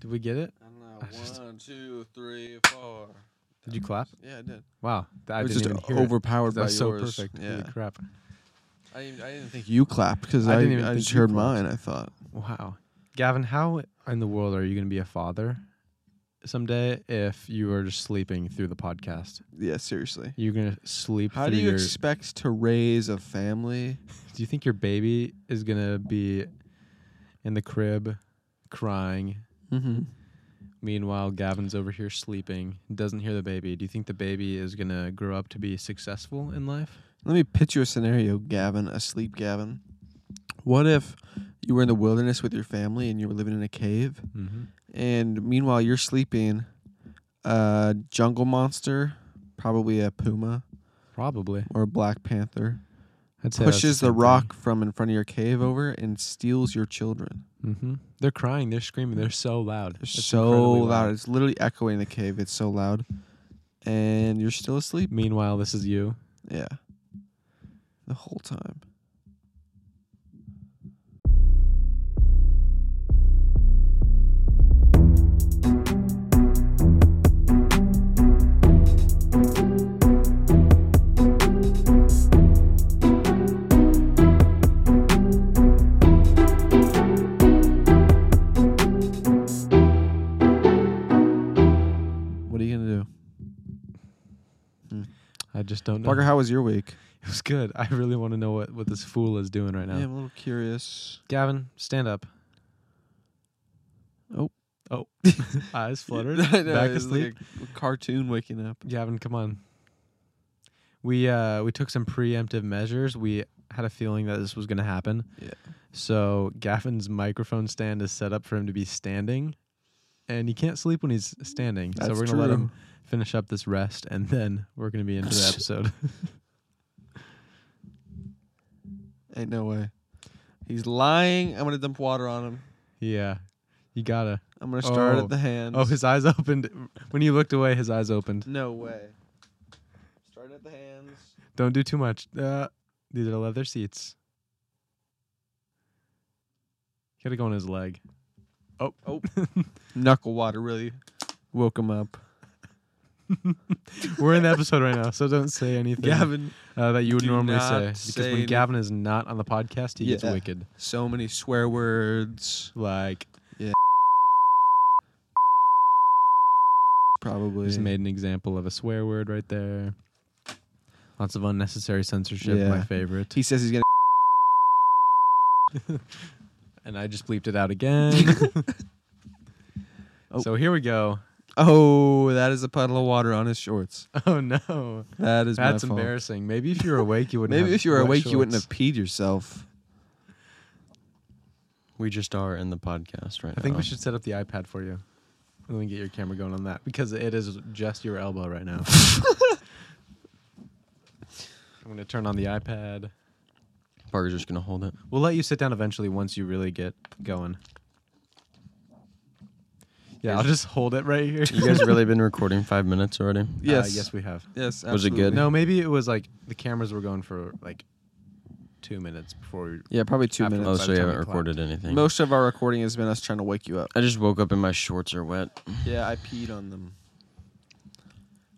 Did we get it? I don't I just- know. One, two, three, four. Did you clap? Yeah, I did. Wow, th- I Um, it was didn't just even hear it. overpowered That by was so yours. perfect. Yeah. Holy crap! I didn't, I didn't think you clapped because I I, didn't even I think just you heard clapped. mine. I thought. Wow, Gavin, how in the world are you going to be a father someday if you are just sleeping through the podcast? Yeah, seriously. You're going to sleep How through do you your. expect to raise a family? do you think your baby is going to be in the crib crying? Mm-hmm. Meanwhile, Gavin's over here sleeping, doesn't hear the baby. Do you think the baby is going to grow up to be successful in life? Let me pitch you a scenario, Gavin, asleep Gavin. What if you were in the wilderness with your family and you were living in a cave, Mm-hmm. and meanwhile you're sleeping, a jungle monster, probably a puma Probably. or a black panther, I'd say that's pushes the same thing. rock from in front of your cave over and steals your children. Mm-hmm. They're crying. They're screaming. They're so loud. They're It's so incredibly loud. It's literally echoing the cave. It's so loud, and you're still asleep. Meanwhile, this is you. Yeah, the whole time. What are you gonna do? I just don't know. Parker, how was your week? It was good. I really want to know what, what this fool is doing right now. Yeah, I'm a little curious. Gavin, stand up. Oh. Oh. Eyes fluttered. I know, Back it's asleep. Like a cartoon waking up. Gavin, come on. We uh we took some preemptive measures. We had a feeling that this was going to happen. Yeah. So Gavin's microphone stand is set up for him to be standing, and he can't sleep when he's standing. so we're going to let him finish up this rest, and then we're going to be into the episode. Ain't no way. He's lying. I'm gonna dump water on him. yeah, you gotta. I'm gonna start Oh. at the hands. Oh, his eyes opened when you looked away. His eyes opened. no way. Start at the hands. Don't do too much. Uh, these are leather seats. Gotta go on his leg. Oh, Oh. Knuckle water really woke him up. we're in the episode right now, so don't say anything Gavin, uh, that you would do normally not say because say when anyth- Gavin is not on the podcast, he gets Yeah. wicked. so many swear words. Like Probably. just made an example of a swear word right there. Lots of unnecessary censorship. My Yeah. favorite. He says he's gonna. and I just bleeped it out again. Oh. So here we go. Oh, that is a puddle of water on his shorts. Oh no, That is that's my fault. embarrassing. Maybe if you were awake, you wouldn't. Maybe have if you were wet awake, you wouldn't shorts. have peed yourself. We just are in the podcast right now. I think we should set up the iPad for you. Let me get your camera going on that because it is just your elbow right now. I'm gonna turn on the iPad. Parker's just gonna hold it. We'll let you sit down eventually once you really get going. Yeah, I'll just hold it right here. You guys really been recording five minutes already? Uh, Yes. yes, we have. Yes. Was it good? absolutely. No, maybe it was like the cameras were going for like two minutes before. We, Yeah, probably two After Oh, minutes. By the so you time haven't we clapped. recorded anything. Most of our recording has been us trying to wake you up. I just woke up and my shorts are wet. Yeah, I peed on them.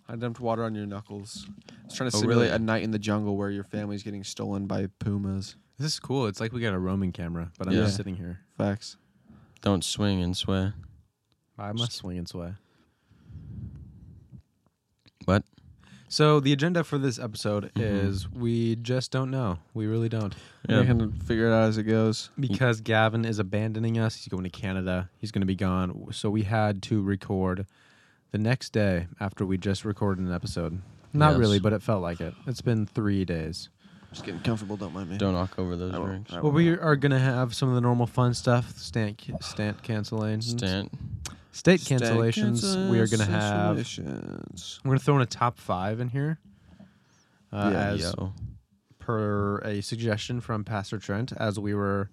I dumped water on your knuckles. I was trying to Oh, simulate really? a night in the jungle where your family's getting stolen by pumas. this is cool. It's like we got a roaming camera, but I'm Yeah. just sitting here. Facts. Don't swing and sway. I must swing and sway. What? So the agenda for this episode is we just don't know. We really don't. We're gonna figure it out as it goes. Because Gavin is abandoning us. He's going to Canada. He's going to be gone. So we had to record the next day after we just recorded an episode. Not Yes. really, but it felt like it. It's been three days. Just getting comfortable. Don't mind me. Don't knock over those I won't. drinks. I Well, we are going to have some of the normal fun stuff. Stant, stant cancellations. Stant. State cancellations. we are going to have. Cancellations. We're going to throw in a top five in here. Uh, Yeah, as Yo. per a suggestion from Pastor Trent as we were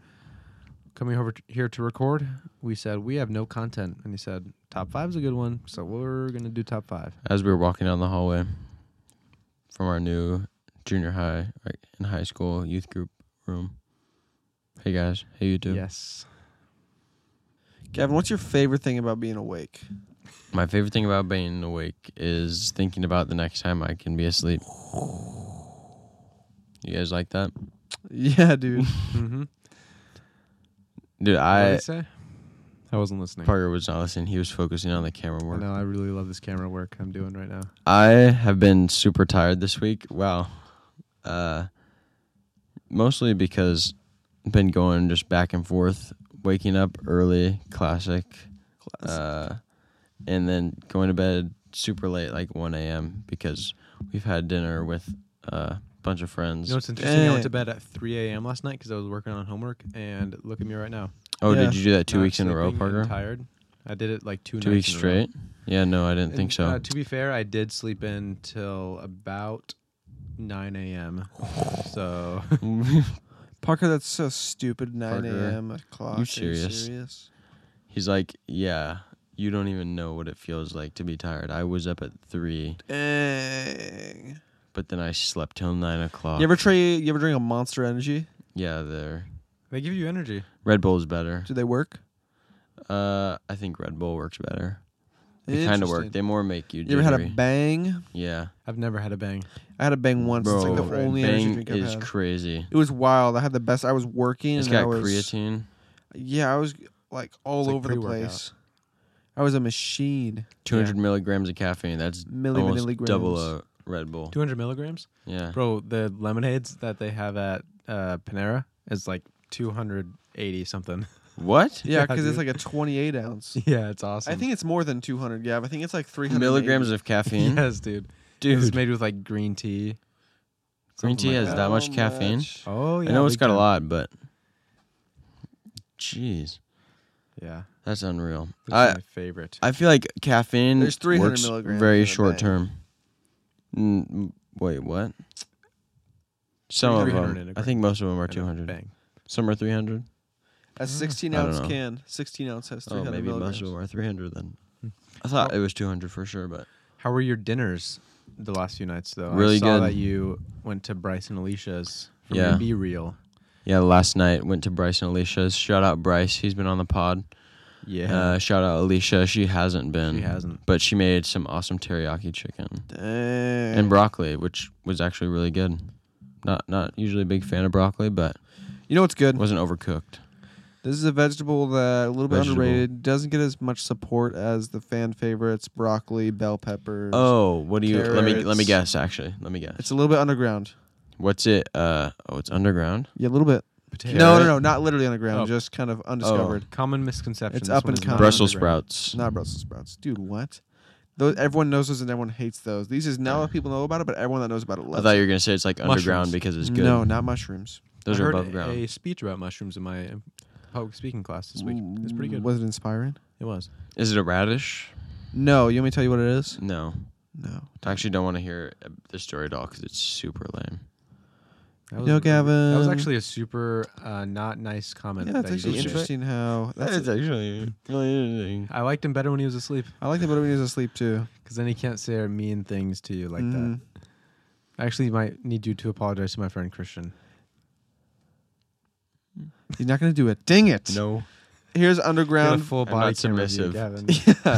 coming over t- here to record. We said we have no content, and he said top five is a good one, so we're gonna do top five. As we were walking down the hallway from our new junior high right, and high school youth group room. Hey guys. Hey you two. Yes, Gavin, what's your favorite thing about being awake? My favorite thing about being awake is thinking about the next time I can be asleep. You guys like that? Yeah, dude. Mm-hmm. Dude, I say? I wasn't listening. Parker was not listening. He was focusing on the camera I work. know. I really love this camera work I'm doing right now. I have been super tired this week. Wow. Uh mostly because I've been going just back and forth, waking up early, classic. Uh and then going to bed super late, like one AM because we've had dinner with uh, a bunch of friends. You know what's interesting? I Dang. went to bed at 3 a.m. last night because I was working on homework, and look at me right now. oh, Yeah. did you do that two Not weeks in a row, sleeping and Parker? Tired. I did it like two, Two nights weeks in a row. straight? Yeah, no, I didn't think And, so. Uh, to be fair, I did sleep in till about 9 a.m. So Parker, that's so stupid. 9 Parker, a.m. o'clock. you Are serious? serious? He's like, yeah, you don't even know what it feels like to be tired. I was up at three, Dang. but then I slept till nine o'clock. You ever try? You ever drink a Monster Energy? yeah, there. they give you energy. Red Bull's better. Do they work? Uh, I think Red Bull works better. They kind of work. Interesting. They more make you. You ever had a jittery. bang? Yeah, I've never had a bang. I had a bang once. bro. it's like the only energy Bang drink I've is had. crazy. it was wild. I had the best. I was working. It's and I got was, creatine. Yeah, I was like all It's like over the pre-workout. place. I was a machine. Two hundred milligrams of caffeine. That's Milli almost milligrams. double a Red Bull. 200 milligrams? Yeah, Bro, the lemonades that they have at uh, Panera is like 280 something. what? Yeah, Yeah, because it's dude. like a 28 ounce. yeah, it's awesome. I think it's more than 200, Gav. I think it's like 300 Milligrams of caffeine, yes, dude. It's dude. made with like green tea. something Green tea like has that much caffeine. Oh yeah. I know it's big got a time. lot, but jeez, Yeah. that's unreal. That's I my favorite. I feel like caffeine There's 300 works milligrams in very a short bag. term. Mm, m- wait, what? Some of 300 in them. a I gram. think most of them are And a 200. Bang. Some are Oh, 300. A 16 I don't ounce know. can. 16 ounce has Oh, 300 maybe most milligrams. of them are 300 then. Hmm. I thought it was 200 for sure, but How were your dinners the last few nights though? Really I saw good. that you went to Bryce and Alicia's for Yeah. yeah. Be Real. yeah, last night went to Bryce and Alicia's. Shout out Bryce, he's been on the pod. Yeah. Uh, shout out Alicia, she hasn't been. she hasn't. But she made some awesome teriyaki chicken. Dang. and broccoli, which was actually really good. Not not usually a big fan of broccoli, but you know what's good? it wasn't overcooked. This is a vegetable that a little bit Vegetable. underrated. Doesn't get as much support as the fan favorites broccoli, bell peppers. Oh, what do you? Let me let me Carrots. guess. Actually, let me guess. It's a little bit underground. What's it? Uh oh, it's underground. Yeah, a little bit. Potato. No, no, no, not literally underground. Oh. Just kind of undiscovered. Common misconception. It's This up one and is not coming. Brussels underground. sprouts. It's Not Brussels sprouts, dude. What? Those, everyone knows those and everyone hates those. These is now that people know about it, but everyone that knows about it I loves. thought it. you were gonna say it's like underground Mushrooms. because it's good. No, not mushrooms. those I are heard above ground. A speech about mushrooms in my um, public speaking class this week. It's pretty good. Was it inspiring? It was. Is it a radish? No. You want me to tell you what it is? No, No. I actually don't want to hear uh, the story at all because it's super lame. That You was know, a- Gavin. That was actually a super uh, not nice comment. Yeah, that that's you actually just made. interesting how. That's a, actually I liked him better when he was asleep I like that, but when he's asleep too. because then he can't say mean things to you like that. Mhm. I actually might need you to apologize to my friend Christian. He's not gonna do it. Ding it. no. Here's Get a underground. full I'm body not camera view, submissive. Gavin.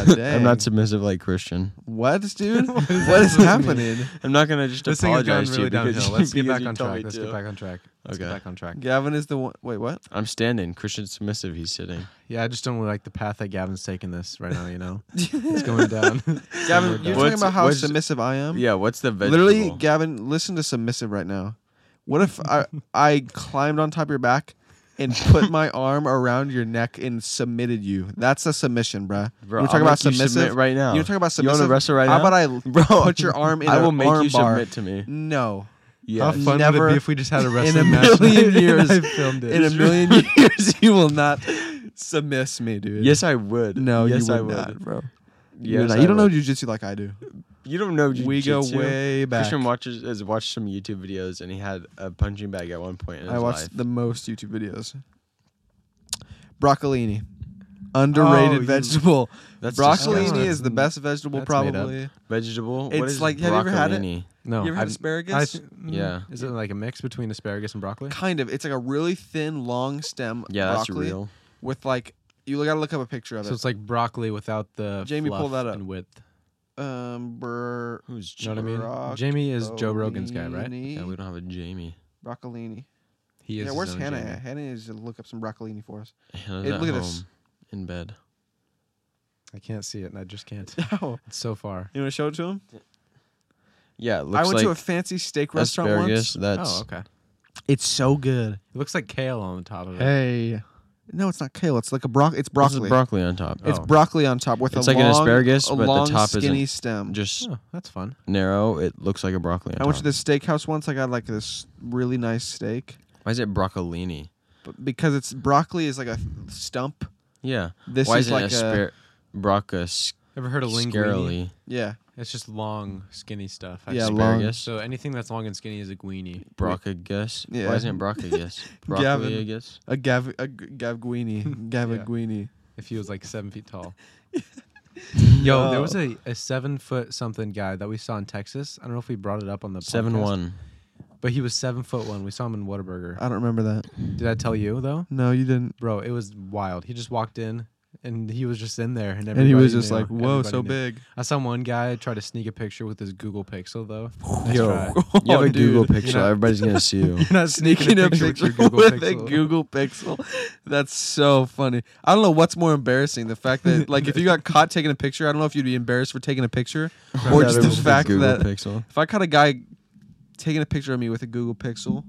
yeah, dang. I'm not submissive like Christian. What, dude? What does what that is supposed to mean? happening? I'm not gonna just this thing has gone apologize really to you because- downhill. Let's get because back you on told me track. Let's to. get back on track. Let's Okay. get back on track. Gavin is the one. Wait, what? I'm standing. Christian's submissive. He's sitting. Yeah, I just don't really like the path that Gavin's taking this right now. You know, it's going down. Gavin, Somewhere down. you're talking What's- about how what's- submissive I am. Yeah, what's the vegetable? Literally, Gavin, listen to submissive right now. What if I I climbed on top of your back and put my arm around your neck and submitted you? That's a submission, bruh. We're Bro, I'll talking about make you submit submissive right now. You're talking about You wanna submissive. wrestle right how now? about I put your arm in I an will make arm you bar? submit to me. No, How Yeah, fun would Never it be if we just had a in a wrestling match? million and I years, filmed it. in a million years, you will not submiss me, dude. Yes, I would. no, yes, you would I would. not, bro. You would Yes, not. I you don't know would. jujitsu like I do. You don't know. Jiu-jitsu. We go way back. Christian watches has watched some YouTube videos, and he had a punching bag at one point in his I watched life. the most YouTube videos. Broccolini. Underrated Oh, you- vegetable. That's broccolini disgusting. is the best vegetable That's made up. probably. vegetable. what It's is like- have you ever had it? broccolini? no, you ever had I've- I asparagus? th- mm, Yeah. Is it like a mix between asparagus and broccoli? kind of. It's like a really thin, long stem Yeah, that's broccoli real. with like You gotta look up a picture of So it's like broccoli without the Jamie, fluff pull that up. and width. it. Um, bro, Who's You know what I mean? Jamie is Joe Rogan's guy, right? Broccolini. Yeah, we don't have a Jamie. broccolini. He is. Yeah, his where's own Hannah? Jamie. At? Hannah is to look up some broccolini for us. Hannah's Hey, at look at home this. in bed. I can't see it, and I just can't. No. It's so far. You want to show it to him? Yeah, it looks I went like to a fancy steak restaurant asparagus. once. That's oh, okay. It It's so good. looks like kale on the top of it. Hey. No, it's not kale. It's like a broccoli. It's This is broccoli. broccoli on top. It's Oh. broccoli on top with It's a like an long- asparagus, a but the long, top isn't- skinny stem. Just Oh, that's fun. narrow. It looks like a broccoli. On I went to top. the steakhouse once. I got like this really nice steak, Why is it broccolini? but because it's broccoli is like a stump. Yeah. This Why is isn't like it aspar- brocca Ever heard of linguine? scarily yeah, It's just long, skinny stuff. I Yeah, just- long. asparagus? So anything that's long and skinny is a guini. Broccagus? Yeah. Why isn't it broccagus? Gavin. Broccoli, I guess. a gav a g- gavguini, gavaguini. If he was like seven feet tall. Yo, there was a, a seven foot something guy that we saw in Texas. I don't know if we brought it up on the Seven podcast, one. but he was seven foot one. We saw him in Whataburger. I don't remember that. Did I tell you though, No, you didn't. bro? It was wild. He just walked in and he was just in there, and, And he was everybody just knew. like, "Whoa, Everybody so knew." big." I saw one guy try to sneak a picture with his Google Pixel though. right. You have a Oh, dude. Google picture. know- Everybody's gonna see you. You're not Sneaking a picture with your Google with Pixel. a Google Pixel. That's so funny. I don't know what's more embarrassing. The fact that, like, if you got caught taking a picture, I don't know if you'd be embarrassed for taking a picture or Yeah, just there the was fact Google that Pixel. If I caught a guy taking a picture of me with a Google Pixel,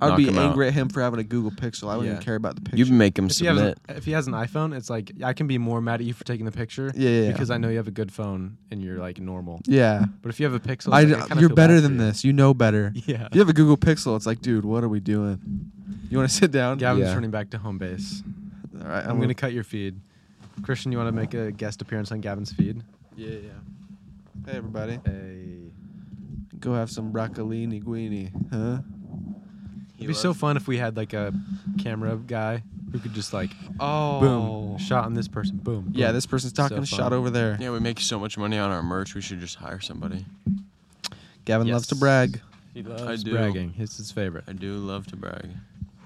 I would Knock be him out. angry at him for having a Google Pixel. I wouldn't even Yeah. care about the You picture. make them If he, has an, submit. if he has an iPhone, it's like I can be more mad at you for taking the picture. Yeah, yeah, yeah. Because I know you have a good phone and you're like normal. yeah, But if you have a Pixel, I, it's like, I kinda feel you're bad better for than you. this. You know better. Yeah. If you have a Google Pixel, it's like, dude, what are we doing? You want to sit down? Gavin's Yeah. turning back to home base. All right, I'm, gonna cut your feed. Christian, you want to make a guest appearance on Gavin's feed? Yeah, yeah. Hey everybody, Hey. go have some broccolini guini, huh? It'd be so fun if we had like a camera guy who could just like Oh, boom shot on this person, boom. boom. Yeah, this person's So talking shot fun. over there. Yeah, we make so much money on our merch. We should just hire somebody. Gavin loves to Yes. brag. he loves do. bragging. It's his favorite. I do love to brag.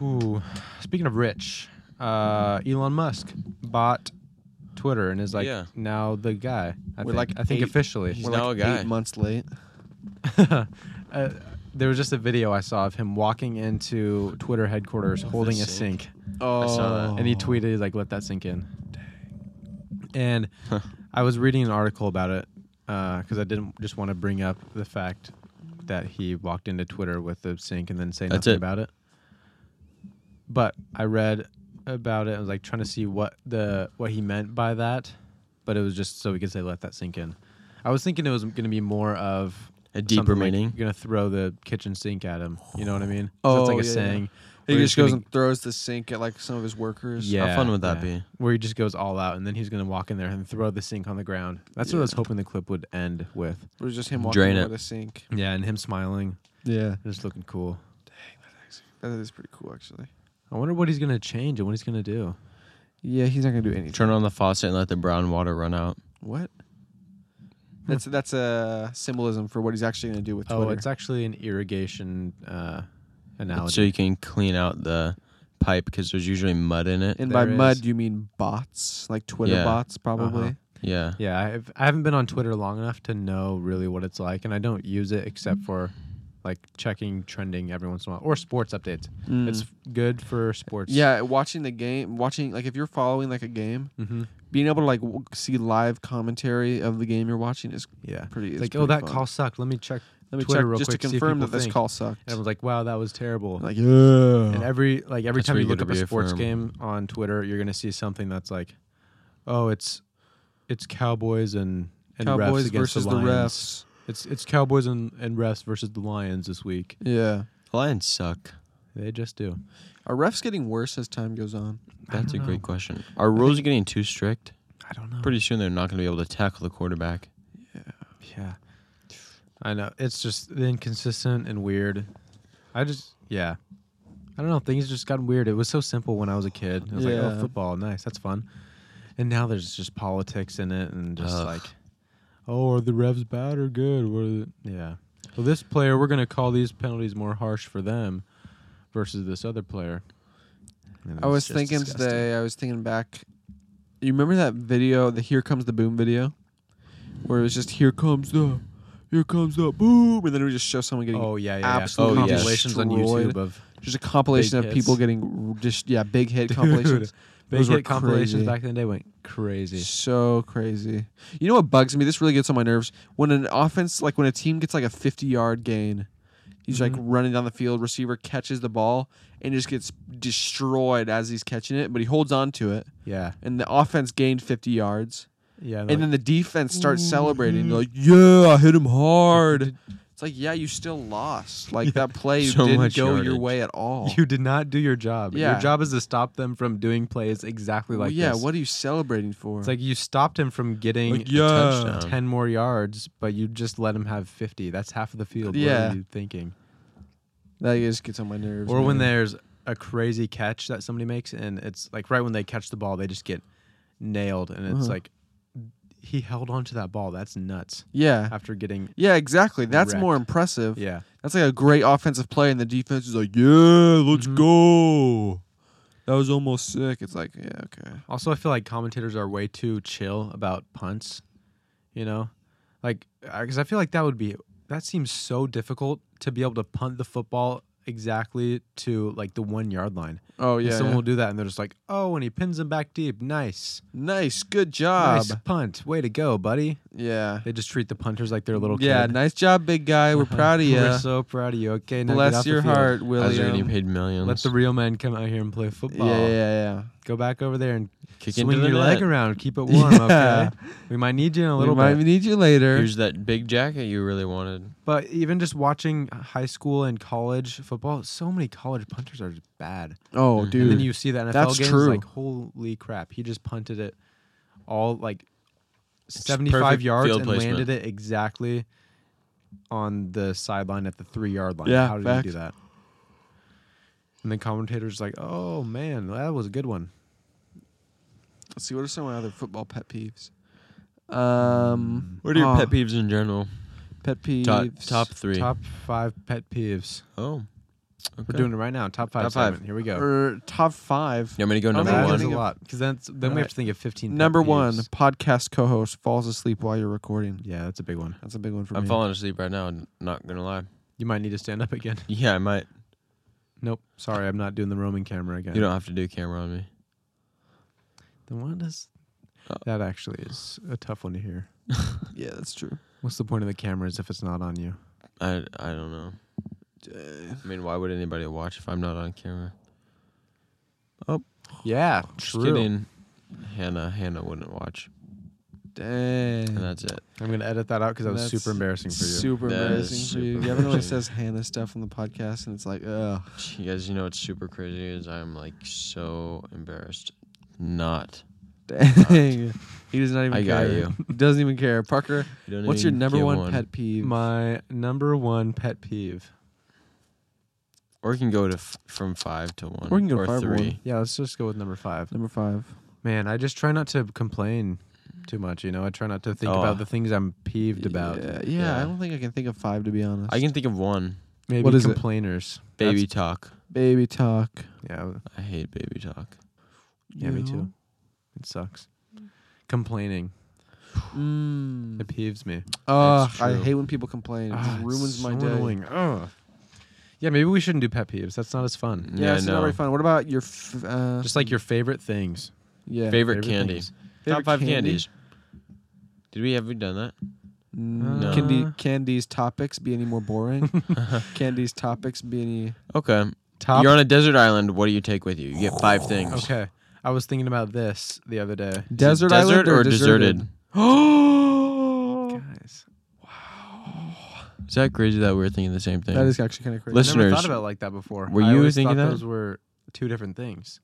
Ooh. Speaking of rich, uh, Elon Musk bought Twitter and is like Yeah. now the guy. I We're think, like I think eight- officially. He's now a guy. eight months late. uh, there was just a video I saw of him walking into Twitter headquarters holding a sink. sink, Oh, saw that. and he tweeted like, "Let that sink in." And I was reading an article about it because I didn't just want to bring up the fact that he walked into Twitter with the sink and then say That's nothing it. about it. But I read about it. I was like trying to see what the what he meant by that, but it was just so we could say let that sink in. I was thinking it was going to be more of A deeper something like, meaning? you're gonna throw the kitchen sink at him. You know what I mean? Oh, it's like a yeah, yeah. saying. He where you're just goes gonna- and throws the sink at like some of his workers. yeah, How fun would that yeah. be? Where he just goes all out, and then he's gonna walk in there and throw the sink on the ground. That's what I was hoping the clip would end with. It was just him walking Drain over it. the sink. Yeah, and him smiling, Yeah. just looking cool. That is pretty cool, actually. I wonder what he's gonna change and what he's gonna do. Yeah, he's not gonna do anything. Turn on the faucet and let the brown water run out. What? That's that's a symbolism for what he's actually gonna do with Twitter. Oh, it's actually an irrigation uh, analogy. So you can clean out the pipe because there's usually mud in it. and by there mud is- you mean bots, like Twitter Yeah. bots, probably. Uh-huh. yeah. Yeah, I've, I haven't been on Twitter long enough to know really what it's like, and I don't use it except for like checking trending every once in a while or sports updates. Mm. It's good for sports. Yeah, watching the game, watching like if you're following like a game, Mm-hmm. being able to like w- see live commentary of the game you're watching is Yeah. pretty. It's is like, pretty oh, that fun. call sucked. Let me check. Let me Twitter check real just quick, see to if confirm people that this think. call sucked. And I was like, wow, that was terrible. like, and yeah. every like every That's time where you you look gotta up a sports reaffirm. game on Twitter, you're gonna see something that's like, oh, it's it's Cowboys and and refs Cowboys against versus the the, Lions. refs. It's it's Cowboys and, and refs versus the Lions this week. Yeah. Lions suck. They just do. Are refs getting worse as time goes on? I That's a don't great know. question. Are rules getting too strict? I don't know. Pretty soon they're not going to be able to tackle the quarterback. Yeah. I know. It's just inconsistent and weird. I just, yeah. I don't know. Things just gotten weird. It was so simple when I was a kid. I was like, oh, Yeah. football, nice, that's fun. And now there's just politics in it and just Ugh. like, oh, are the refs bad or good? What are the- yeah. Well, this player, we're going to call these penalties more harsh for them versus this other player. And I it's was just thinking disgusting. today. I was thinking back. You remember that video, the "Here Comes the Boom" video, where it was just "Here comes the, here comes the boom," and then it would just show someone getting. Oh yeah, yeah. yeah. absolutely oh, yeah. compilations on destroyed. YouTube of There's a compilation Big of people hits. getting r- just yeah big hit compilations. big Those were hit compilations crazy. back in the day went crazy. So crazy. You know what bugs me? This really gets on my nerves. When an offense, like when a team gets like a 50 yard gain, he's like Mm-hmm. running down the field, receiver catches the ball and just gets destroyed as he's catching it, but he holds on to it. Yeah, And the offense gained 50 yards. yeah. And then the defense starts Mm-hmm. celebrating. They're like, yeah, I hit him hard. It's like, yeah, you still lost. Like that play So didn't much go your yardage. way at all. you did not do your job. Yeah. Your job is to stop them from doing plays exactly Well, like yeah, this. what are you celebrating for? It's like you stopped him from getting Like, yeah. touchdown. ten more yards, but you just let him have fifty. That's half of the field. What Yeah. are you thinking? that just gets on my nerves. Or when man. there's a crazy catch that somebody makes, and it's like right when they catch the ball, they just get nailed, and it's Uh-huh. like he held onto that ball. That's nuts. Yeah. After getting Yeah, exactly. That's more wrecked. impressive. yeah, That's like a great offensive play, and the defense is like, "Yeah, let's Mm-hmm. go." That was almost sick. It's like, yeah, okay. Also, I feel like commentators are way too chill about punts. You know, like because I feel like that would be that seems so difficult to be able to punt the football exactly to like the one yard line. Oh And yeah, someone yeah. will do that, and they're just like, "Oh," and he pins him back deep. Nice, nice, good job. nice punt. Way to go, buddy. Yeah, They just treat the punters like they're a little yeah, kid. nice job, big guy. We're proud of We're you. so proud of you. Okay, now get off Bless the your field. heart, As they're William. getting paid millions. Let the real men come out here and play Yeah, football. yeah, yeah. Go back over there and kick swing into your the leg net. around. Keep it warm. Yeah. Okay, we might need you in a A little little we might bit. need you later. Here's that big jacket you really wanted. But even just watching high school and college football, so many college punters are just bad. oh, And dude. then you see that NFL that's games, true. like holy crap, he just punted it all like It's seventy-five perfect yards field and placement. landed it exactly on the sideline at the three-yard line. Yeah, How did fact. he do that? And the commentator's like, "Oh man, that was a good one." Let's see. What are some of my other football pet peeves? Mm. Um, What are your aw, pet peeves in general? Pet peeves. Ah. Top, top three. Top five pet peeves. Oh, okay. We're doing it right now. Top five. Top five. segment. Here we go. or top five. You want me to go I'm number that gonna one? is a think of- lot because then we have to think of fifteen. pet Number one, peeves. podcast co-host falls asleep while you're recording. Yeah, that's a big one. That's a big one for I'm me. falling asleep right now. n- Not gonna lie. You might need to stand up again. Yeah, I might. Nope. Sorry, I'm not doing the roaming camera again. You don't have to do camera on me. Then what does Oh. that actually is a tough one to hear. Yeah, that's true. What's the point of the cameras if it's not on you? I I don't know. I mean, why would anybody watch if I'm not on camera? Yeah, Just true. kidding. Hannah Hannah wouldn't watch, Dang. and that's it. I'm gonna edit that out because that was That's super embarrassing for you. Super That embarrassing is for you. super Gavin always embarrassing. says Hannah stuff on the podcast, and it's like, ugh. You guys, you know what's super crazy is I'm like so embarrassed. Not. Dang. He does not even I got care. you. He doesn't even care. Parker, You don't what's your even number give one, pet peeve? My number one pet peeve. Or you can go to f- from five to one. Or you can go five to one. three. Yeah, let's just go with number five. Number five. Man, I just try not to complain too much. You know, I try not to think Oh. about the things I'm peeved about. Yeah, yeah, Yeah. I don't think I can think of five, to be honest. I can think of one. Maybe What is it? complainers. Baby talk. Baby talk. Yeah, I hate baby talk. yeah, me You. too. It sucks. Complaining. Mm. It peeves me. Ugh, That's I true. hate when people complain. It Ah, just it's ruins my so day. Annoying. Ugh. Mm, Yeah, maybe we shouldn't do pet peeves. That's not as fun. Yeah, it's not very fun. What about your f- uh, Just like your favorite things. yeah. Favorite, candy. things. Favorite Top five candy? candies. Did we ever done that? Mm, No. Can be Uh, can these topics be any more boring? can these topics be any? Okay. Top. You're on a desert island. What do you take with you? You get five things. okay. I was thinking about this the other day. Is it Desert, desert island or, or deserted? Oh, Guys. Is that crazy that we're thinking the same thing? that is actually kind of crazy. Listen- I never Listeners, thought about it like that before. were I you always thinking thought that? those were two different things?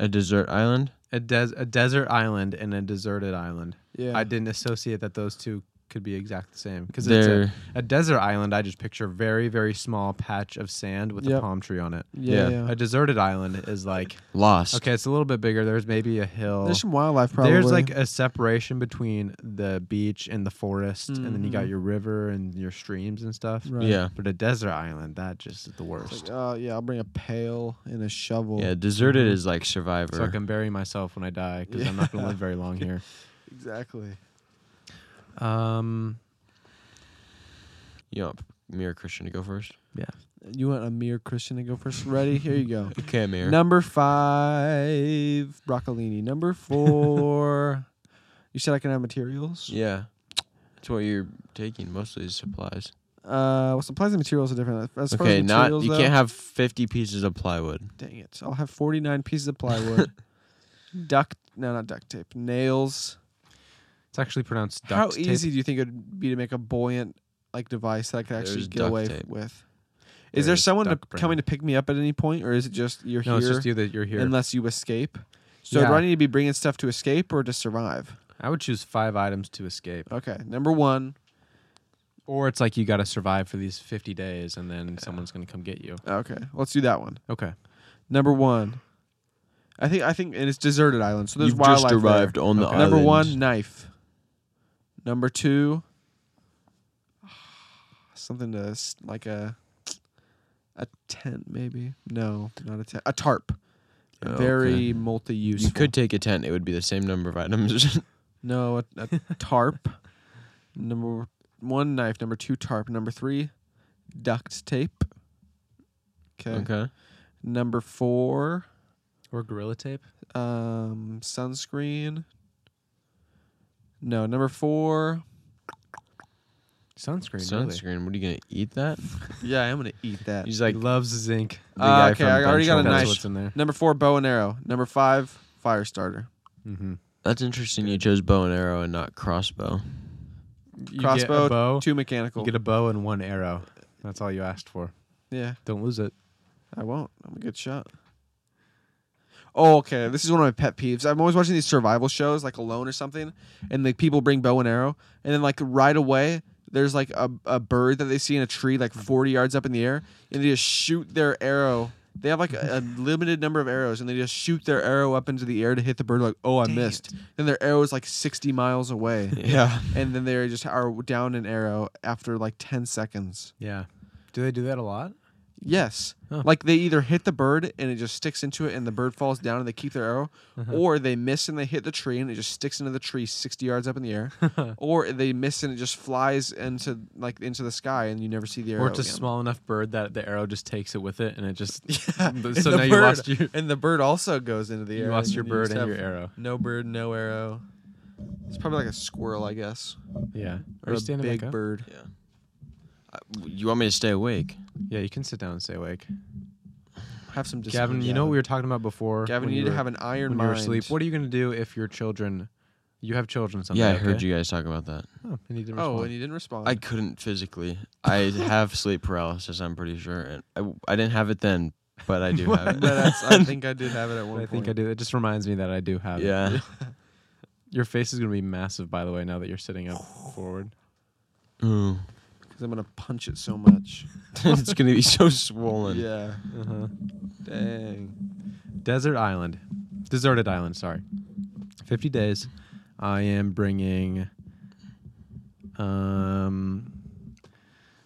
a desert island. A, des- a desert island and a deserted island. yeah, I didn't associate that those two could be exact the same because it's a, They're a desert island. I just picture very very small patch of sand with Yep. a palm tree on it. Yeah. Yeah. yeah. A deserted island is like lost. okay, it's a little bit bigger. There's maybe a hill. There's some wildlife probably. There's like a separation between the beach and the forest, and then you Mm. got your river and your streams and stuff. Right. Yeah. But a desert island, that just is the worst. It's like, uh, yeah, I'll bring a pail and a shovel. Yeah, deserted Mm-hmm. is like survivor. so I can bury myself when I die because I'm not going to live very long here. exactly. Um, you want Mir Christian to go first? You want Amir Christian to go first? Ready? Here you go. Okay, Mir. Number five, broccolini. Number four, you said I can have materials. Yeah. It's what you're taking mostly is supplies. Uh, well, supplies and materials are different. As far okay, as not materials, you though, can't have 50 pieces of plywood. Dang it! I'll have forty-nine pieces of plywood, duct. No, not duct tape. Nails. it's actually pronounced duct How tape. easy do you think it would be to make a buoyant like device that I could actually There's get away duct tape. with? Is there There's someone to, duct coming to pick me up at any point, or is it just you're No, here, it's just you that you're here. unless you escape? So do Yeah. I need to be bringing stuff to escape or to survive? I would choose five items to escape, Okay, number one. or it's like you got to survive for these 50 days, and then someone's going to come get you. Okay, let's do that one. Okay. Number one. I think I think and it's deserted island, so there's You've wildlife just there. arrived on the Okay. island. Number one, knife. Number two, something to s- like a a tent, maybe. No, not a tent. A tarp. Oh, Very okay. multi-use. You could take a tent. It would be the same number of items. no a, a tarp. Number one, knife. Number two, tarp. Number three, duct tape. Okay. okay. Number four, Or gorilla tape. um, sunscreen. No, number four. Sunscreen. Really. Sunscreen. What are you gonna eat that? Yeah, I'm gonna eat that. He's Like, like he loves zinc. the Ah, guy okay, from I already got a Ben Shulman. That's knife. what's in there. Number four, bow and arrow. Number five, fire starter. Mm-hmm. That's interesting. You chose bow and arrow and not crossbow. You get Crossbow, a bow. two mechanical. You get a bow and one arrow. That's all you asked for. yeah, Don't lose it. I won't. I'm a good shot. Oh, okay. This is one of my pet peeves. I'm always watching these survival shows, like Alone or something, and like people bring bow and arrow, and then like right away, there's like a, a bird that they see in a tree, like 40 yards up in the air, and they just shoot their arrow. They have like a, a limited number of arrows, and they just shoot their arrow up into the air to hit the bird. Like, oh, I missed. Then their arrow is like 60 miles away. Yeah. and then they just are down an arrow after like 10 seconds. Yeah. Do they do that a lot? Yes. Huh. Like they either hit the bird and it just sticks into it and the bird falls down and they keep their arrow, Uh-huh. or they miss and they hit the tree and it just sticks into the tree 60 yards up in the air, or they miss and it just flies into like into the sky and you never see the arrow. Or it's a again. small enough bird that the arrow just takes it with it, and it just Yeah, But- and so the now you bird- lost your And the bird also goes into the air. you lost and your then bird just and have your arrow. No bird, no arrow. It's probably like a squirrel, I guess, Yeah. or a big bird. Yeah. Uh, I- You want me to stay awake? Yeah, you can sit down and stay awake. Have some. discipline, Gavin, you know what we were talking about before. Gavin, when you need were- to have an iron when mind. you were asleep. What are you gonna do if your children? You have children. Someday, yeah, I heard okay? you guys talk about that. Oh, I need to Oh, respond. and you didn't respond. I couldn't physically. I have sleep paralysis. I'm pretty sure, and I, I didn't have it then, but I do have But it. that's- I think I did have it at But one I point. think I do. It just reminds me that I do have. it. yeah. Your face is gonna be massive, by the way. Now that you're sitting up forward. Mm. Because I'm gonna punch it so much. it's gonna be so swollen. Yeah. Uh-huh. Dang. Desert Island, deserted island. Sorry, fifty days. I am bringing, um,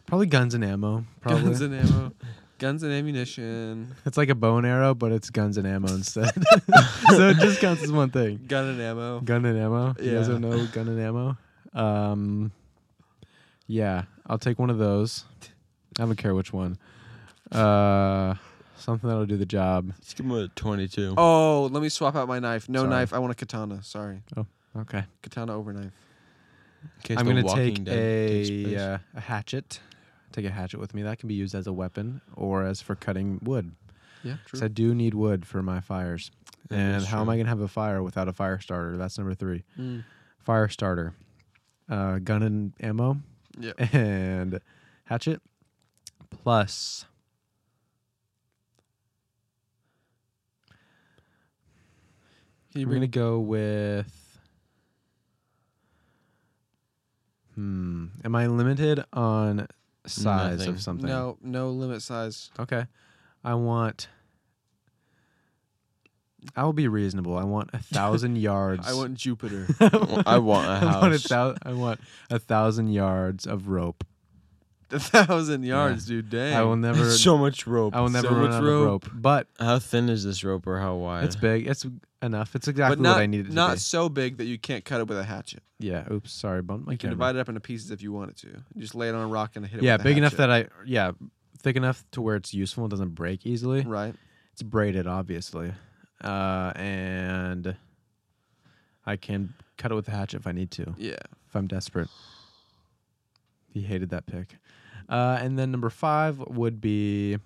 probably guns and ammo. Probably Guns and ammo. Guns and ammunition. it's like a bow and arrow, but it's guns and ammo instead. so it just counts as one thing. Gun and ammo. Gun and ammo. You guys Yeah. don't know gun and ammo. Um, yeah, I'll take one of those. I don't care which one. Uh, something that'll do the job. Let's give him a 22. Oh, let me swap out my knife. No Sorry. Oh, knife. I want a katana. Sorry. Okay. Katana over knife. In case I'm The gonna Walking take Dead takes a, place. uh, a hatchet. Take a hatchet with me. That can be used as a weapon or as for cutting wood. Yeah. True. Because I do need wood for my fires. That and is how am true. I gonna have a fire without a fire starter? That's number three. Mm. Fire starter, uh, gun and ammo, Yep. and hatchet. Plus, Can I'm you gonna bring go with. Hmm. Am I limited on size Nothing. of something? No, no limit size. Okay. I want. I will be reasonable. I want a thousand yards. I want Jupiter. I want a I want a house. thou- I want a thousand yards of rope. a thousand yards, dude. Dang. I will never. so much rope. I will never so run much out rope. of rope. But How thin is this rope or how wide? it's big. It's enough. It's exactly but not, what I needed. not To so big that you can't cut it with a hatchet. be. Yeah. Oops. Sorry. Bumped my You can camera. divide it up into pieces if you wanted to. Just lay it on a rock and hit it. yeah. with a Big enough hatchet. that I. Yeah. Thick enough to where it's useful and doesn't break easily. Right. It's braided, obviously, uh, and I can cut it with a hatchet if I need to. Yeah. if I'm desperate. He hated that pick. Uh, and then number five would be.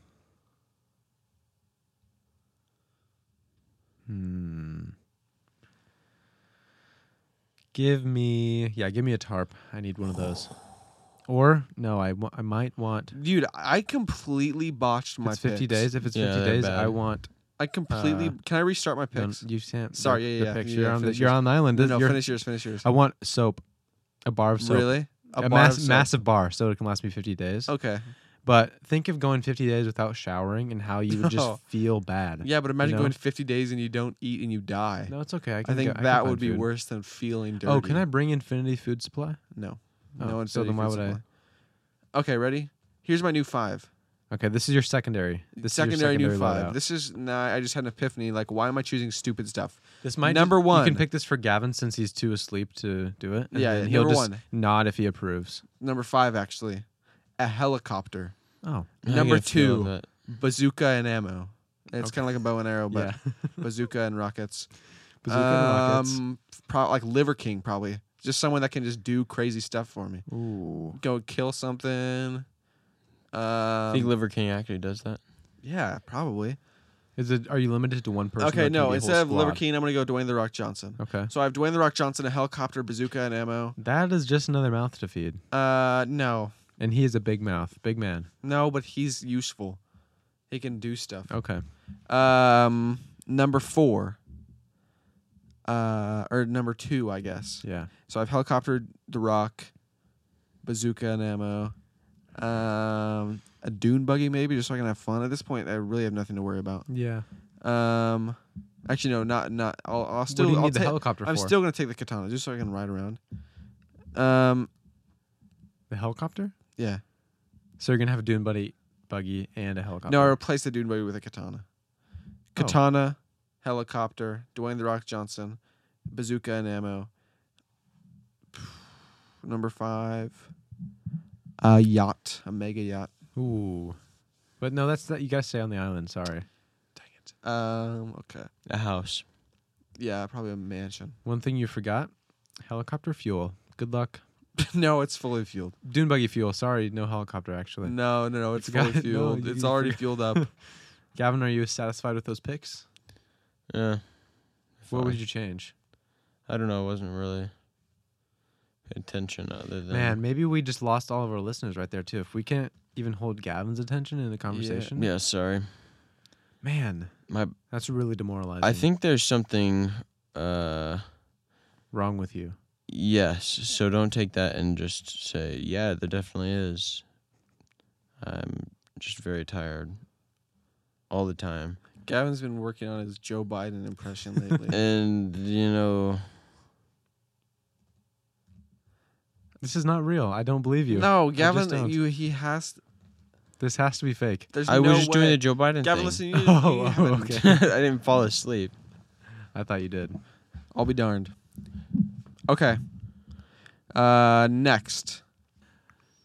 Hmm. Give me, yeah, give me a tarp. I need one of those. Or no, I wa- I might want. Dude, I completely botched If my it's 50 picks. days. If it's Yeah, 50 they're days, bad. I want. I completely. Uh, can I restart my no, picks? you can't. Sorry, the- yeah, the yeah, picks. yeah, You're on. The, finish you're yours. on the island. no, This- no, you're- finish yours. Finish yours. I want soap, a bar of soap. Really? A, bar mass, of soap. massive bar, so it can last me 50 days. Okay. But think of going 50 days without showering and how you would just No. feel bad. Yeah, but imagine know? going 50 days and you don't eat and you die. No, it's okay. I, I can think go- I that can would find be food. worse than feeling dirty. Oh, can I bring Infinity Food Supply? No. Oh, no so infinity then why food would I- supply. Okay, ready? Here's my new five. Okay, this is your secondary. This secondary, is your new secondary five. loadout. This is nah, I just had an epiphany. Like, why am I choosing stupid stuff? This might number You one. can pick this for Gavin since he's too asleep to do it. and Yeah, then yeah, he'll number just one. nod if he approves. Number five, actually, a helicopter. Oh, How you number gonna feel two. that? Bazooka and ammo. It's kind of like a bow and arrow, but yeah. bazooka and rockets. Bazooka and rockets. Um, pro- like Liver King, probably. Just someone that can just do crazy stuff for me. Ooh. Go kill something. I think Um, Liver King actually does that. yeah, probably. Is it? Are you limited to one person? or Okay, can it be no. a whole Instead of Liver squad? King, I'm gonna go Dwayne the Rock Johnson. Okay. So I have Dwayne the Rock Johnson, a helicopter, bazooka, and ammo. That is just another mouth to feed, Uh, no, and he is a big mouth, big man. no, but he's useful. He can do stuff. Okay. Um, number four. Uh, or number two, I guess. Yeah. So I've helicoptered the rock, bazooka and ammo, um, a dune buggy maybe just so I can have fun. At this point, I really have nothing to worry about. Yeah. Um, actually no, not not. I'll, I'll still. what do you I'll need the ta- helicopter I'm for? still gonna take the katana just so I can ride around. Um, the helicopter. yeah. So you're gonna have a dune buddy buggy and a helicopter. No, I replaced the dune buggy with a katana. Oh. Katana, helicopter, Dwayne the Rock Johnson, bazooka and ammo. Number five, a yacht, a mega yacht. Ooh. But no, that's that. You gotta stay on the island. Sorry. Um, okay. A house. Yeah, probably a mansion. One thing you forgot: helicopter fuel. Good luck. no, it's fully fueled. Dune buggy fuel. Sorry, no helicopter actually. Mm. No, no, no, it's Forgot- fully no, fueled. you- it's you already fueled up. Gavin, are you satisfied with those picks? Yeah. What would Fine. you change? I don't know. I wasn't really paying attention other than Man, maybe we just lost all of our listeners right there too. If we can't even hold Gavin's attention in the conversation, Yeah, sorry. man, My that's really demoralizing. I think there's something uh wrong with you. yes. So don't take that and just say, Yeah, there definitely is. I'm just very tired all the time. Gavin's been working on his Joe Biden impression lately. And you know This is not real. I don't believe you. no, just Gavin, don't. you he has. this has to be fake. There's I no was just doing way. the Joe Biden Gavin, thing. listen. You, you Oh, oh, haven't- okay. I didn't fall asleep. I thought you did. I'll be darned. Okay. Uh, next.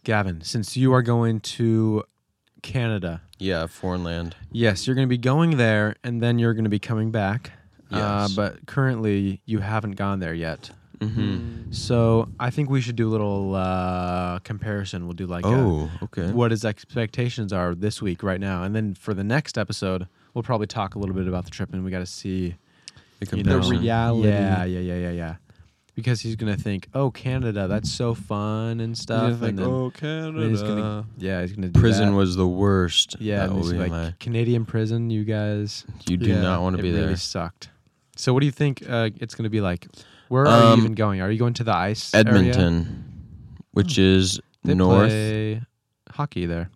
Gavin, since you are going to Canada, Yeah, foreign land. yes, you're going to be going there and then you're going to be coming back. Uh, Yes. but currently, you haven't gone there yet. Mm-hmm. Mm. So I think we should do a little uh, comparison. We'll do uh, like a- Oh, okay. what his expectations are this week right now. And then for the next episode, we'll probably talk a little bit about the trip and we got to see you know, The reality. Yeah, yeah, yeah, yeah, yeah. Because he's going to think, oh, Canada, that's so fun and stuff. He's like, and then, oh, and then he's Canada. gonna, yeah, he's going to do prison that. was the worst. Yeah, that and will it's be like my- Canadian prison, you guys. you do Yeah, not want it to be really there. sucked. So what do you think uh, it's going to be like? Where are Um, you even going? Are you going to the ice? area? Edmonton. which is They north. play hockey there.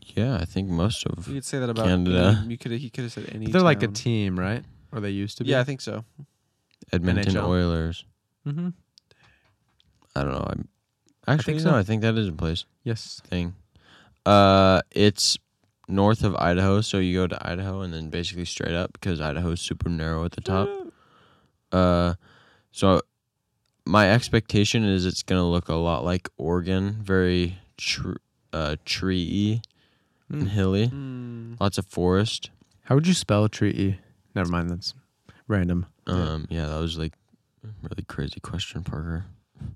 Yeah, I think most of You could say that about Canada. any- You could he could have said any. But they're like a town. team, right? Or they used to be. Yeah, I think so. Edmonton NHL. Oilers. mm-hmm. I don't know. I'm actually think no. so. I think that is a place Yes. thing. Uh, it's north of Idaho, so you go to Idaho and then basically straight up because Idaho's super narrow at the top. Uh, so my expectation is it's gonna look a lot like Oregon, very tr- uh, tree and Mm. hilly, Mm. lots of forest. How would you spell tree? Never mind. That's random. Yeah. Um, yeah, that was like a really crazy question, Parker. Can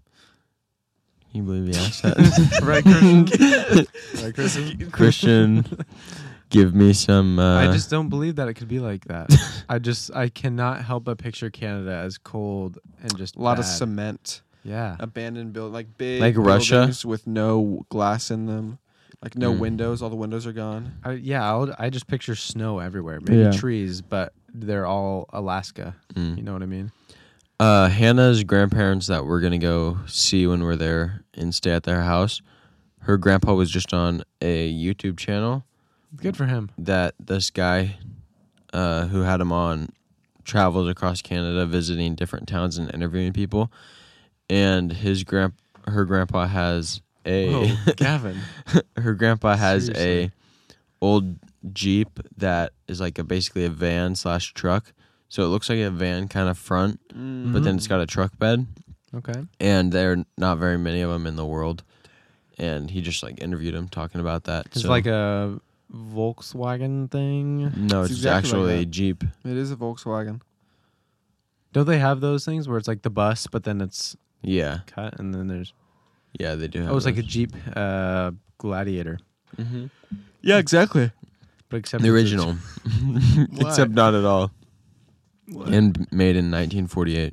you believe he asked that? right, Christian. right, Christian. Christian, give me some. Uh, I just don't believe that it could be like that. I just I cannot help but picture Canada as cold and just A lot of bad. cement, Yeah. abandoned build, like big, Like Russia? buildings with no glass in them, like no Mm. windows. All the windows are gone. I, yeah, I, would, I just picture snow everywhere. Maybe Yeah. trees, but they're all Alaska. Mm. You know what I mean? Uh, Hannah's grandparents that we're gonna go see when we're there and stay at their house. Her grandpa was just on a YouTube channel Good for him. that this guy, uh, who had him on, travels across Canada visiting different towns and interviewing people, and his grand her grandpa has a Whoa, Gavin. her grandpa has Seriously. a old Jeep that is like a basically a van slash truck, so it looks like a van kind of front, Mm. but Mm-hmm. then it's got a truck bed Okay. and there are not very many of them in the world. And he just like interviewed him talking about that. It's so- like a Volkswagen thing. no, It's exactly it's, like actually that. Jeep. Hmm. It is a Volkswagen. Don't they have those things where it's like the bus, but then it's Yeah, cut and then there's yeah, they do. Have oh, it's like a Jeep uh, Gladiator, mm-hmm. Yeah, exactly. but except the it's a- original, except not at all, and made in 1948.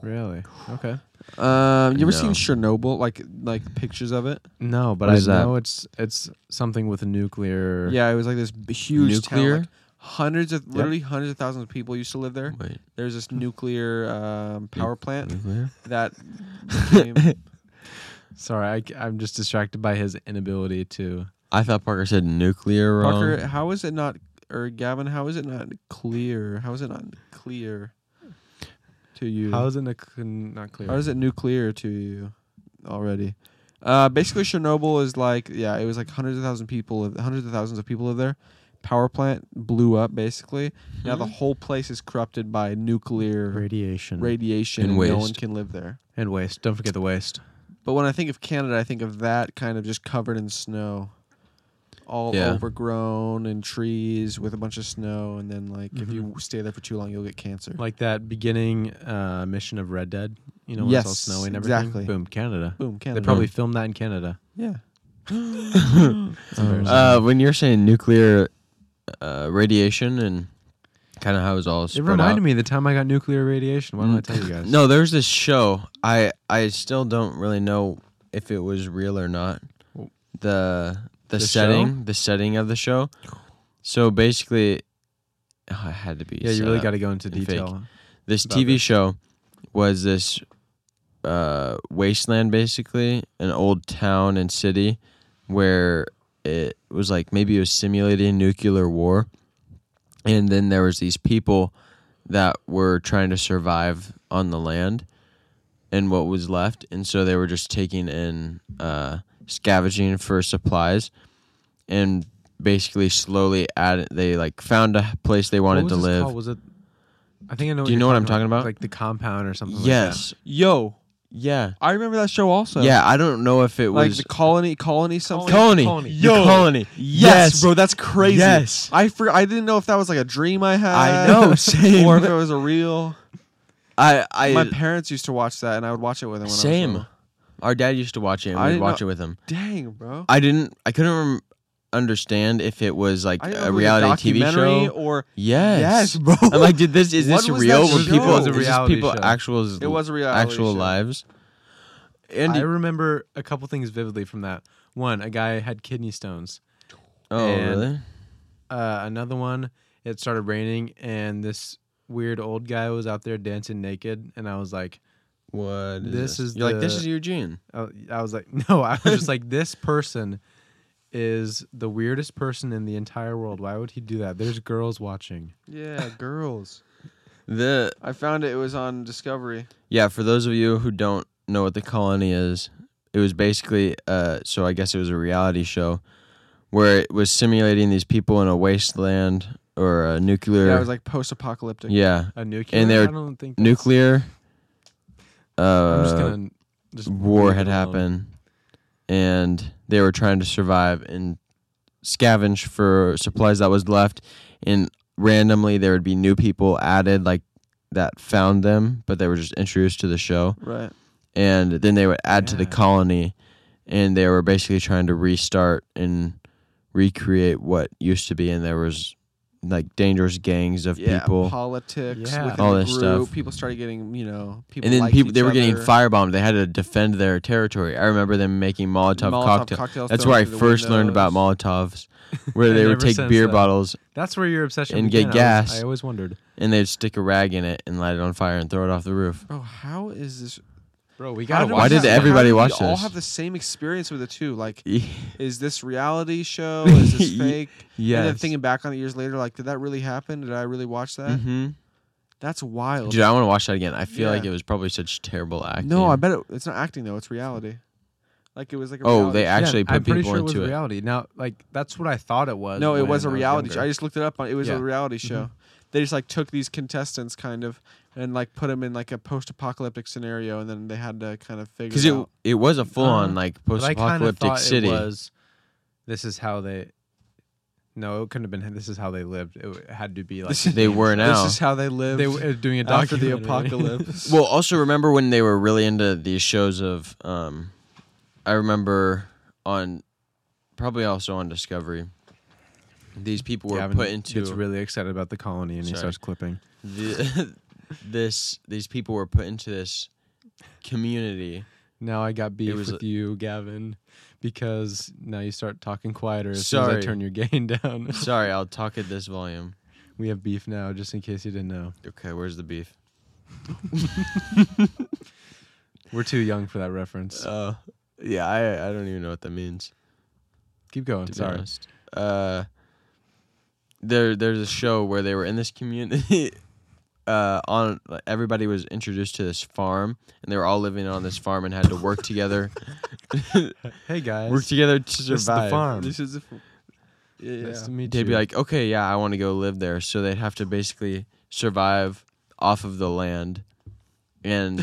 Really? Okay. Um, you ever seen No. Chernobyl? Like like pictures of it? No, but What I is that? know it's it's something with nuclear. Yeah, it was like this b- huge Nuclear? Mm. town. Like hundreds of literally hundreds of thousands of people used to live there. Wait, There's this nuclear um, power plant nuclear? that became- Sorry, I, am just distracted by his inability to. I thought Parker said nuclear wrong. Parker, how is it not or Gavin, how is it not clear? How is it not clear to you? How is it not cl- not clear? How is it nuclear to you already? Uh, basically, Chernobyl is like yeah, it was like hundreds of thousand people, live- hundreds of thousands of people live there. Power plant blew up basically. Now Hmm? the whole place is corrupted by nuclear radiation radiation, And and no one waste. can live there. and waste? Don't forget the waste. But when I think of Canada, I think of that kind of just covered in snow, all Yeah. overgrown and trees with a bunch of snow. And then like if Mm-hmm. you stay there for too long, you'll get cancer. Like that beginning uh, mission of Red Dead. You know, when it's all Yes, snowy and everything. exactly. Boom, Canada. Boom, Canada. They probably filmed that in Canada. yeah. Um, embarrassing. Uh, when you're saying nuclear uh, radiation and kind of how it's all It spread out. reminded me of the time I got nuclear radiation. Why don't I tell you guys? No, there's this show. I I still don't really know if it was real or not. The the, The setting, the setting of the show. So basically, oh, I had to be. Yeah, set you really up. got to go into and fake. detail. This about TV this. show was this uh, wasteland, basically an old town and city where it was like maybe it was simulating nuclear war, and then there was these people that were trying to survive on the land and what was left, and so they were just taking in uh, scavenging for supplies and basically slowly added they like found a place they wanted what was to this live called? Was it? I think I know. Do you you're know what I'm talking about? Like the compound or something. yes Yo, Yeah. I remember that show also. yeah, I don't know if it Like was the colony, colony something. colony. Colony. The Yo. colony. Yes, bro, that's crazy. Yes. I for, I didn't know if that was like a dream I had. know, same. Or if it was a real. I I My parents used to watch that, and I would watch it with them. When I was same. little. Our dad used to watch it and I we'd didn't watch know- it with him. Dang, bro. I didn't I couldn't rem- understand if it was like I didn't know a if it was reality TV documentary show. or Yes. Yes, bro. I'm like, did this is What this was real? that Were show? people It was a is this reality people show. actual It was a reality actual show. lives? I And remember a couple things vividly from that. One, a guy had kidney stones. oh and- really? Uh, another one, it started raining, and this weird old guy was out there dancing naked, and I was like, What is This this? is You're like, this the- is Eugene. I, Oh, I was like, no, I was just like, this person is the weirdest person in the entire world. Why would he do that? There's girls watching. Yeah, girls. The I found it. It was on Discovery. yeah, for those of you who don't know what the colony is, it was basically uh so I guess it was a reality show where it was simulating these people in a wasteland or a nuclear Yeah, it was like post-apocalyptic. yeah, A nuclear. And they're I don't think that's- nuclear uh I'm just gonna just war leave had it alone. happened and they were trying to survive and scavenge for supplies that was left and randomly there would be new people added like that found them but they were just introduced to the show Right. and then they would add to the Yeah. colony and they were basically trying to restart and recreate what used to be and there was like dangerous gangs of Yeah. people Politics. Yeah. within All the this group. stuff. People started getting, you know, people. and then liked people each they were getting other. firebombed they had to defend their territory i remember them making molotov, Molotov cocktails cocktails That's thrown where I through the first learned about windows. Molotovs, where I they would never take sensed beer that. bottles That's where your obsession And began. I get was- gas. I always wondered, and they'd stick a rag in it and light it on fire and throw it off the roof. Bro, how is this? bro. We How gotta do watch. Why we did have- that. how everybody do we watch All this? have the same experience with it too. Like, yeah. is this reality show? Is this Ye- fake? And then thinking back on it years later, like, did that really happen? Did I really watch that? hmm That's wild. Dude, I want to watch that again. I feel like Yeah. it was probably such terrible acting. no, I bet it, it's not acting though. It's reality. Like it was like a Oh, reality they show. actually Yeah, put I'm pretty people sure it was into it. reality. Now, like that's what I thought it was. No, it when was a I reality show. I younger. just looked it up on it was Yeah. a reality Mm-hmm. show. They just like took these contestants kind of and like put them in like a post-apocalyptic scenario and then they had to kind of figure Because it it out. it was a full on Uh, like But post I kind of apocalyptic thought city. it was. This is how they. No, it couldn't have been. This is how they lived. It w- had to be like This is- They were now. This is how they lived they were doing a after the documentary. apocalypse. Well, also remember when they were really into these shows of, um, I remember on, probably also on Discovery. These people were Gavin put into gets really excited about the colony and he Sorry. starts clipping. the, this these people were put into this community. Now I got beef was with you, Gavin, because now you start talking quieter as soon Sorry. as I turn your gain down. Sorry, I'll talk at this volume. we have beef now, just in case you didn't know. Okay, where's the beef? We're too young for that reference. Uh, yeah, I I don't even know what that means. Keep going. To be Sorry. honest. Uh, there there's a show where they were in this community. Uh, on like, everybody was introduced to this farm, and they were all living on this farm and had to work together, Hey guys. work together to survive. this is the farm. this is a, yeah, Nice yeah. to meet they'd you. be like, okay, yeah, I want to go live there. So they'd have to basically survive off of the land, and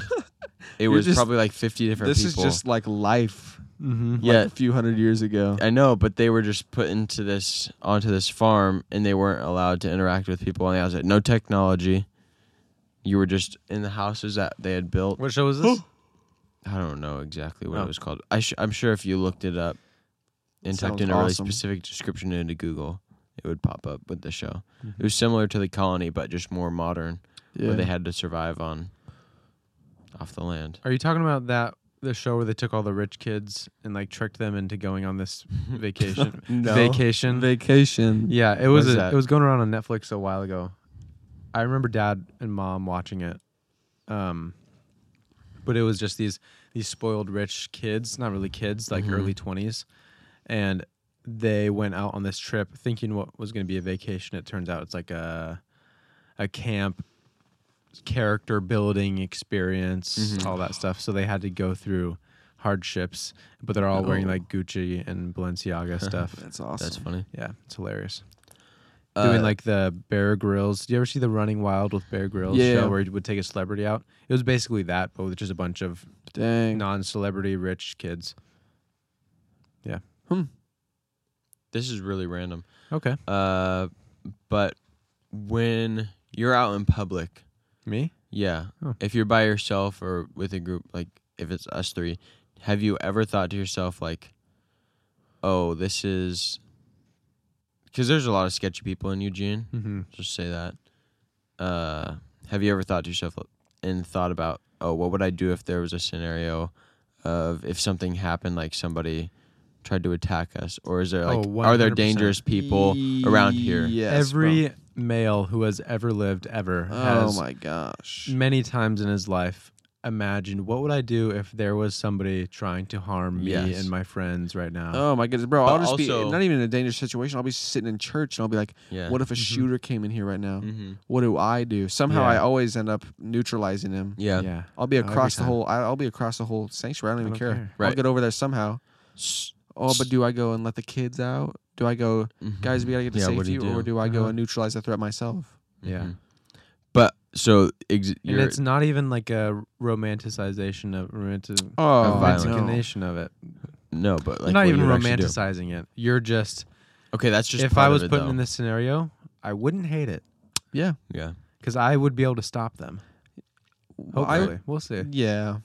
it You're was just- probably like fifty different This people. is just like life mm-hmm. yeah, a few hundred years ago. I know, but they were just put into this onto this farm, and they weren't allowed to interact with people on the outside. No technology. You were just in the houses that they had built. What show was this? I don't know exactly what Oh. it was called. I sh- I'm sure if you looked it up and Sounds typed in a really awesome. specific description into Google, it would pop up with the show. It was similar to the colony, but just more modern, Yeah. where they had to survive on off the land. Are you talking about that the show where they took all the rich kids and like tricked them into going on this vacation? No. Vacation. Vacation. yeah, it was is a, that? it was going around on Netflix a while ago. I remember dad and mom watching it. Um but it was just these these spoiled rich kids, not really kids, like Mhm. early 20s. And they went out on this trip thinking what was going to be a vacation. It turns out it's like a a camp character building experience, Mhm. all that stuff. So they had to go through hardships, but they're all wearing Oh. like Gucci and Balenciaga stuff. That's awesome. That's funny. Yeah, it's hilarious. Uh, Doing like the Bear Grylls. Do you ever see the Running Wild with Bear Grylls Yeah. show where he would take a celebrity out? It was basically that, but with just a bunch of Dang. non-celebrity rich kids. this is really random. Okay, Uh, but when you're out in public, me? yeah, Oh. if you're by yourself or with a group, like if it's us three, have you ever thought to yourself like, "Oh, this is," because there's a lot of sketchy people in Eugene. Mm-hmm. Just say that. Uh, have you ever thought to yourself and thought about, "Oh, what would I do if there was a scenario of if something happened, like somebody tried to attack us, or is there like, Oh, are there 100%. dangerous people around here?" Yes, Every male who has ever lived ever bro. Oh has my gosh. many times in his life imagined what would I do if there was somebody trying to harm me Yes. and my friends right now. Oh my goodness, bro! uh, But I'll just be also- not even in a dangerous situation. I'll be sitting in church and I'll be like, Yeah. "What if a shooter came in here right now? Mm-hmm. What do I do?" Somehow, Yeah. I always end up neutralizing him. Yeah. yeah. I'll be Every across the time. whole. I- I'll be across the whole sanctuary. I don't even don't care. care. I'll Right. get over there somehow. S- Oh, but do I go and let the kids out? Do I go, mhm. guys? We gotta get to Yeah, what safety, do you do? or do I go Uh-huh. and neutralize the threat myself? Yeah. Mhm. But so ex- And you're, it's not even like a romanticization of romantic Oh, violence. no. romanticization of it. no, but like I'm not what even you actually do. romanticizing it. You're just, Okay, that's just if part I of was it, put though. in this scenario, I wouldn't hate it yeah. yeah, because I would be able to stop them. Well, I- Hopefully, we'll see. yeah.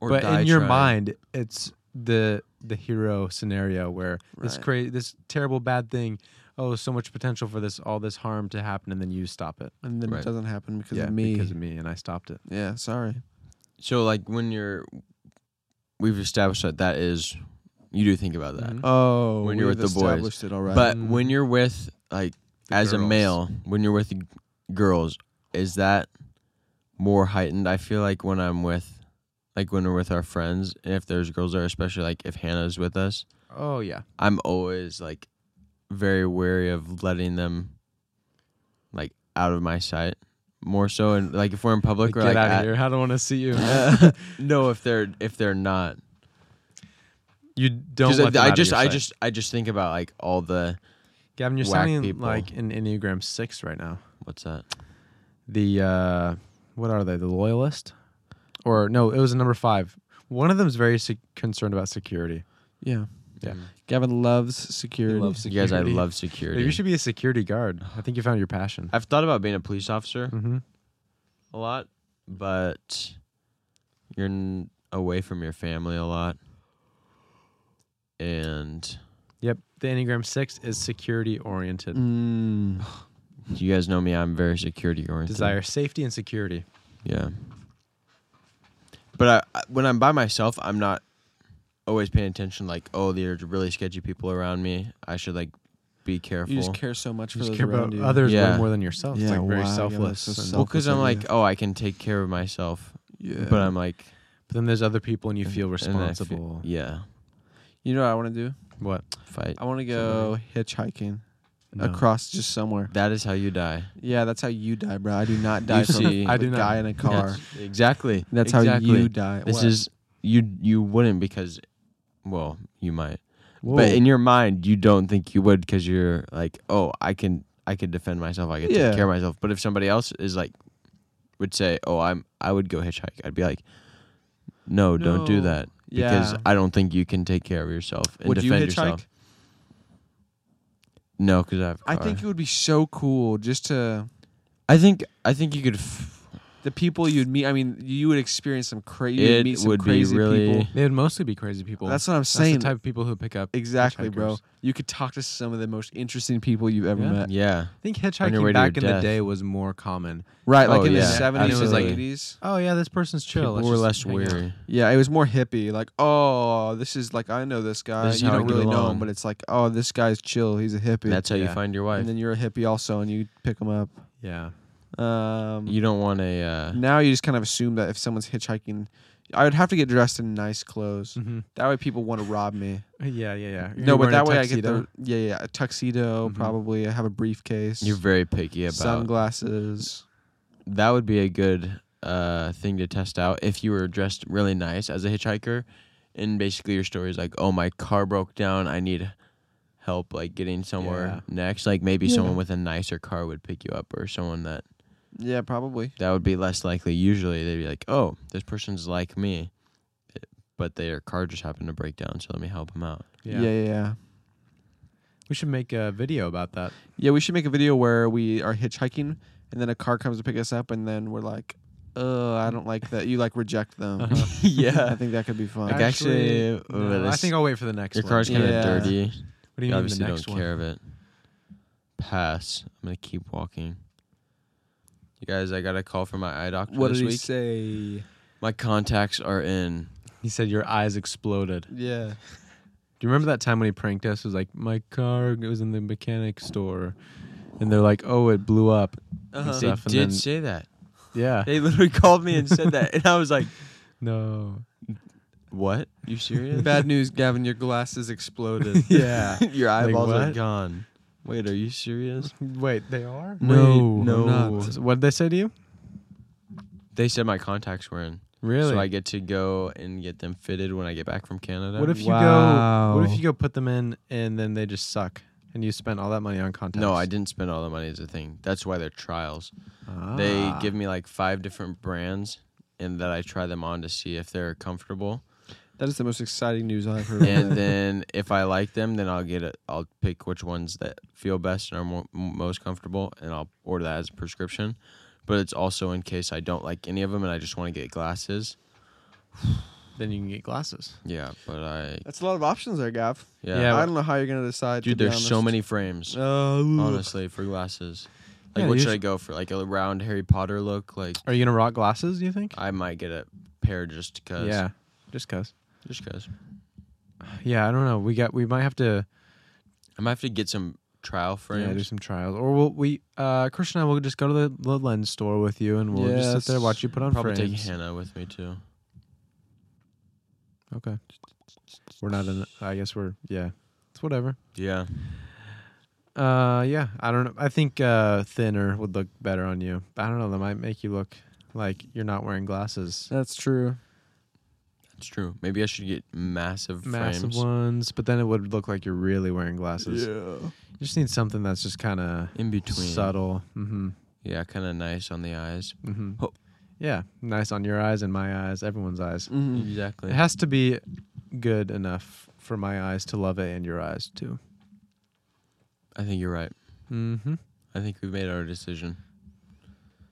or but die in your trying. mind, it's the the hero scenario where this Right. crazy, this terrible bad thing. Oh, so much potential for this, all this harm to happen, and then you stop it. And then it Right. doesn't happen because of me. because of me, and I stopped it. yeah. Sorry. So like when you're, we've established that that is, you do think about that. Mhm. Oh, When you're we've with the boys. established it already. But Mm. when you're with like The as a girls. male, when you're with g- girls, is that more heightened? I feel like when I'm with, like when we're with our friends, and if there's girls there, especially like if Hannah's with us, Oh yeah, I'm always like very wary of letting them like out of my sight more so. And like if we're in public, Like, or get like out at- of here. I don't want to see you. no, if they're if they're not, you don't. because I, Let them I out of just your I sight. just I just think about like all the Gavin, you're whack sounding people. like an Enneagram six right now. what's that? The uh, what are they? The loyalist, or no? It was a number five. One of them's very se- concerned about security. yeah. Yeah. Gavin loves security. You guys, I love Dude, security. you should be a security guard. I think you found your passion. I've thought about being a police officer Mm-hmm. a lot, but you're n- away from your family a lot, and Yep. The Enneagram six is security oriented. Mm. Oh, you guys know me. I'm very security oriented. Desire safety and security. Yeah. But I, I, when I'm by myself, I'm not always paying attention. Like, oh, there's really sketchy people around me. I should like be careful. You just care so much You for just those care about around you. others way Yeah. more than yourself. it's Yeah, like very wow, yeah, selfless. that's so and- self- well, because I'm Selfish, like, yeah. oh, I can take care of myself. Yeah. But I'm like, but then there's other people, and you feel and I fe- responsible. yeah, you know what I want to do? What? fight. I want to go hitchhiking No. across just somewhere. That is how you die. Yeah, that's how you die, bro. I do not die from see- I I do not. guy in a car. That's- exactly. That's exactly. how you die. This What? is you. You wouldn't because, well, you might. Whoa. But in your mind, you don't think you would because you're like, oh, I can, I can defend myself. I can Yeah. take care of myself. But if somebody else is like, would say, oh, I'm, I would go hitchhike. I'd be like, no, don't No. do that because Yeah. I don't think you can take care of yourself and Would you defend hitchhike? yourself. No, because I have. a I car. think it would be so cool just to I think. I think you could. F- the people you'd meet. I mean, you would experience some crazy. You'd meet it some would be crazy really. people. They would mostly be crazy people. That's what I'm That's the saying. type of people who pick up. exactly, bro. hitchhikers. You could talk to some of the most interesting people you've ever Yeah. met. Yeah. I think On your hitchhiking way to your back in the death. day was more common. Right, like Oh, in the yeah, seventies and absolutely. eighties. Oh yeah, this person's chill. People Let's were just less hang out. weary. Yeah, it was more hippie. Like, oh, this is like I know this guy. This is you how I don't get really know him, along. but it's like, oh, this guy's chill. He's a hippie. That's how you Yeah. find your wife. and then you're a hippie also, and you pick him up. Yeah. Um, You don't want a. Uh, now you just kind of assume that if someone's hitchhiking, I would have to get dressed in nice clothes. Mm-hmm. That way, people want to rob me. Yeah, yeah, yeah. You're no, but wearing a that way I get tuxedo? the yeah, yeah, a tuxedo Mhm. probably. I have a briefcase. You're very picky about. sunglasses. That would be a good uh, thing to test out if you were dressed really nice as a hitchhiker, and basically your story is like, "Oh, my car broke down. I need help, like getting somewhere Yeah. next." Like maybe Yeah. someone with a nicer car would pick you up, or someone that Yeah, probably. that would be less likely. Usually they'd be like, "Oh, this person's like me." But their car just happened to break down, so let me help them out. Yeah. yeah, yeah, yeah. We should make a video about that. we should make a video where we are hitchhiking, and then a car comes to pick us up, and then we're like, "Oh, I don't like that." You like reject them. I Uh-huh. yeah, think that could be fun. Like, actually, no, uh, I this- think I'll wait for the next your one. car's kind of Yeah. dirty. What do you You mean obviously the don't next one? care of it. Pass. I'm gonna keep walking. You guys, I got a call from my eye doctor What this did he week. say? My contacts are in. He said your eyes exploded. Yeah. Do you remember that time when he pranked us? It was like my car it was in the mechanic store, and they're like, "Oh, it blew up." They Stuff, and did then- say that. Yeah. They literally called me and said that, and I was like, No. What? You serious? Bad news, Gavin. Your glasses exploded. Yeah. Your eyeballs are what? gone. Wait, are you serious? Wait, they are? No, Wait, no. no. not. What did they say to you? They said my contacts were in. Really? So I get to go and get them fitted when I get back from Canada. what if you go? What Wow. if you go put them in and then they just suck and you spent all that money on contacts? No, I didn't spend all the money as a thing. That's why they're trials. Ah. They give me like five different brands and that I try them on to see if they're comfortable. that is the most exciting news I've heard. and then if I like them, then I'll get it. I'll pick which ones that feel best and are mo m- most comfortable, and I'll order that as a prescription. But it's also in case I don't like any of them and I just want to get glasses. Then you can get glasses. Yeah, but I That's a lot of options there, Gav. yeah, Yeah, I don't know how you're gonna decide. to dude, be there's so honest. many frames. Uh, Honestly, for glasses, like Yeah, what you should I should- go for? Like a round Harry Potter look? Like Are you gonna rock glasses? Do you think? I might get a pair just because. Yeah, just cause. just because. Yeah, I don't know. We got. We might have to I might have to get some trial yeah, do frames. some trials, or we'll, we, uh, Chris and I will just go to the, the lens store with you, and we'll just sit there Yes. watch you put on Probably take frames. Hannah with me too. Okay. We're not in. I guess we're. Yeah. It's whatever. Yeah, Uh, yeah. I don't know. I think uh, thinner would look better on you. I don't know. That might make you look like you're not wearing glasses. That's true. it's true. Maybe I should get massive, Massive frames. ones, but then it would look like you're really wearing glasses. Yeah. You just need something that's just kind of in between. subtle. Mm-hmm. Yeah, kind of nice on the eyes. Mm-hmm. Oh. Yeah, nice on your eyes and my eyes, everyone's eyes. Mhm. Exactly. It has to be good enough for my eyes to love it and your eyes too. I think you're right. Mm-hmm. I think we've made our decision.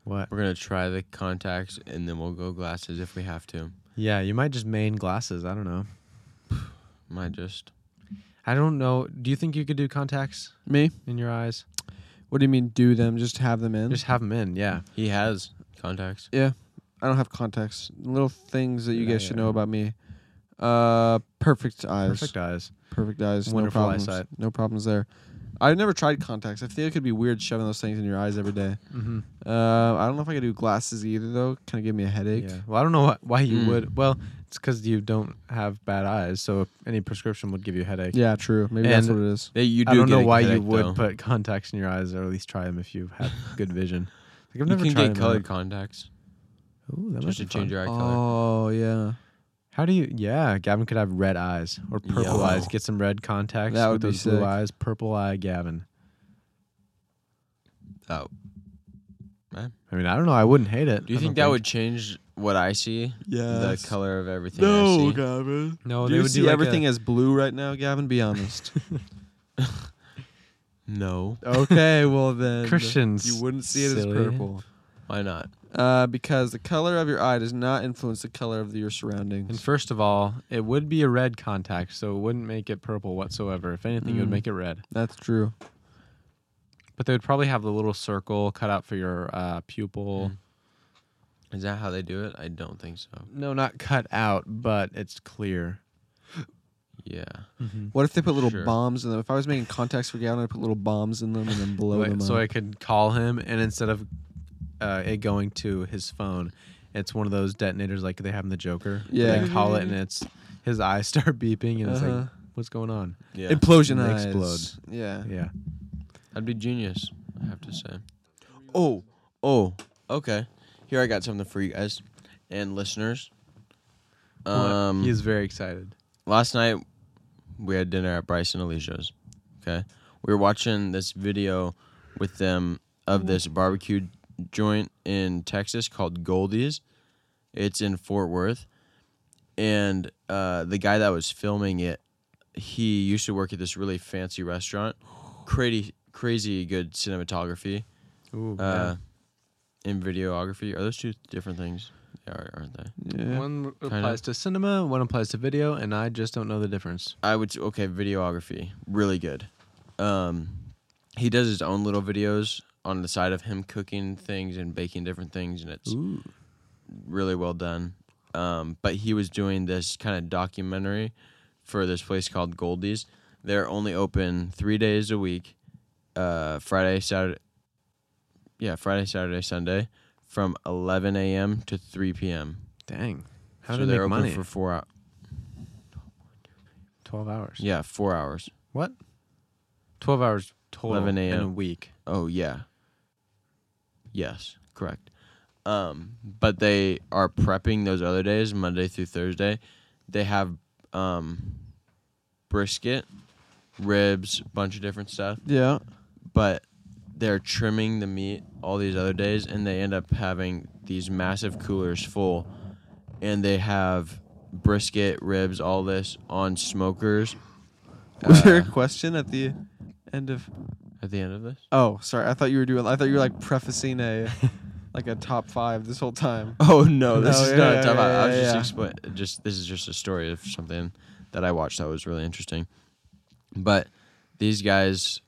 What? We're gonna try the contacts, and then we'll go glasses if we have to. Yeah, you might just main glasses. I don't know. Might just. I don't know. Do you think you could do contacts Me? in your eyes? What do you mean? Do them? Just have them in? Just have them in. Yeah. He has contacts. I don't have contacts. Little things that you Yeah, guys should yeah. know about me. Uh, perfect eyes. Perfect eyes. Perfect eyes. Wonderful no problems. eyesight. No problems there. I've never tried contacts. I feel it could be weird shoving those things in your eyes every day. Mm-hmm. Uh, I don't know if I could do glasses either though. Kind of give me a headache. Yeah. Well, I don't know why, why you Mm. would. Well, it's because you don't have bad eyes, so any prescription would give you a headache. Yeah, true. Maybe that's And what it is. Hey, you do I don't know get a why you headache, would though. put contacts in your eyes, or at least try them if you have good vision. Like, I've You never can tried get them colored out. contacts Ooh, that just to might be change fun. your eye color. Oh yeah, How do you? Yeah, Gavin could have red eyes or purple Yo. eyes. Get some red contacts That with would be those blue sick. eyes. Purple eye, Gavin. Oh. I mean, I don't know. I wouldn't hate it. Oh, Do you I think that don't would change what I see? yeah. The color of everything. I No, see? Gavin. No, do Oh, they you would see do like everything A, as blue right now, Gavin? Be honest. No. okay, well then, Christians, you wouldn't see it silly. as purple. Why not? Uh, because the color of your eye does not influence the color of your and surroundings. first of all, it would be a red contact, so it wouldn't make it purple whatsoever. If anything, it would Mm. make it red. That's true. But they would probably have the little circle cut out for your uh, pupil. Is that how they do it? I don't think so. No, not cut out, but it's clear. Yeah. Mm-hmm. What if they put little Sure. bombs in them? If I was making contacts for Gavin, I'd put little bombs in them and then blow Like, them so up. I could call him, and instead of uh, it going to his phone, it's one of those detonators like they have in the Joker. where They Yeah. call it, and it's his eyes start beeping, and it's like, Uh-huh. what's going on? Yeah. Implosion They eyes. explode. Yeah. Yeah. That'd be genius, I have to say. Oh, oh, okay. Here I got something for you guys and listeners. Um, he is very excited. last night we had dinner at Bryce and Alicia's. Okay, we were watching this video with them of this barbecue joint in Texas called Goldie's. It's in Fort Worth, and uh, the guy that was filming it, he used to work at this really fancy restaurant. Crazy, crazy good cinematography Ooh, uh, in videography. Are those two different things? They are, aren't they? Yeah. One applies applies to cinema, one applies to video, and I just don't know the difference. I would okay videography really good. Um, he does his own little videos on the side of him cooking things and baking different things, and it's Ooh. really well done. Um, but he was doing this kind of documentary for this place called Goldie's. They're only open three days a week, uh, Friday, Saturday, yeah, Friday, Saturday, Sunday, from 11 a.m. to 3 p.m. Dang. How so do they they're make open money? for four hours. Twelve hours. Yeah, four hours. What? Twelve hours total 11 in a a.m.. week. Oh yeah. Yes, correct. Um, but they are prepping those other days, Monday through Thursday. They have um, brisket, ribs, bunch of different stuff. Yeah. But they're trimming the meat all these other days, and they end up having these massive coolers full, and they have brisket, ribs, all this on smokers. Was there a uh, question at the end of? at the end of this? Oh, sorry. I thought you were doing. I thought you were like prefacing a, like a top five this whole time. Oh no, this No, is yeah, not yeah, a top yeah, five. I was yeah, just explain. Just this is just a story of something that I watched that was really interesting. But these guys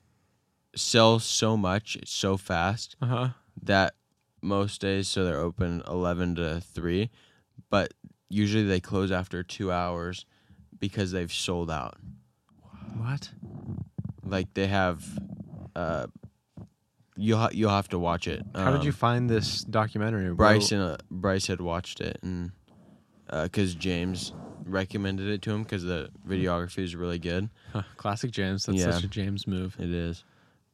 sell so much so fast Uh huh. that most days, so they're open eleven to three, but usually they close after two hours because they've sold out. What? Like they have, uh, you ha- you'll have to watch it. How did Um, you find this documentary? Where- Bryce and uh, Bryce had watched it, and because James recommended it to him because the videography is really good. Huh, classic James. That's Yeah. such a James move. It is,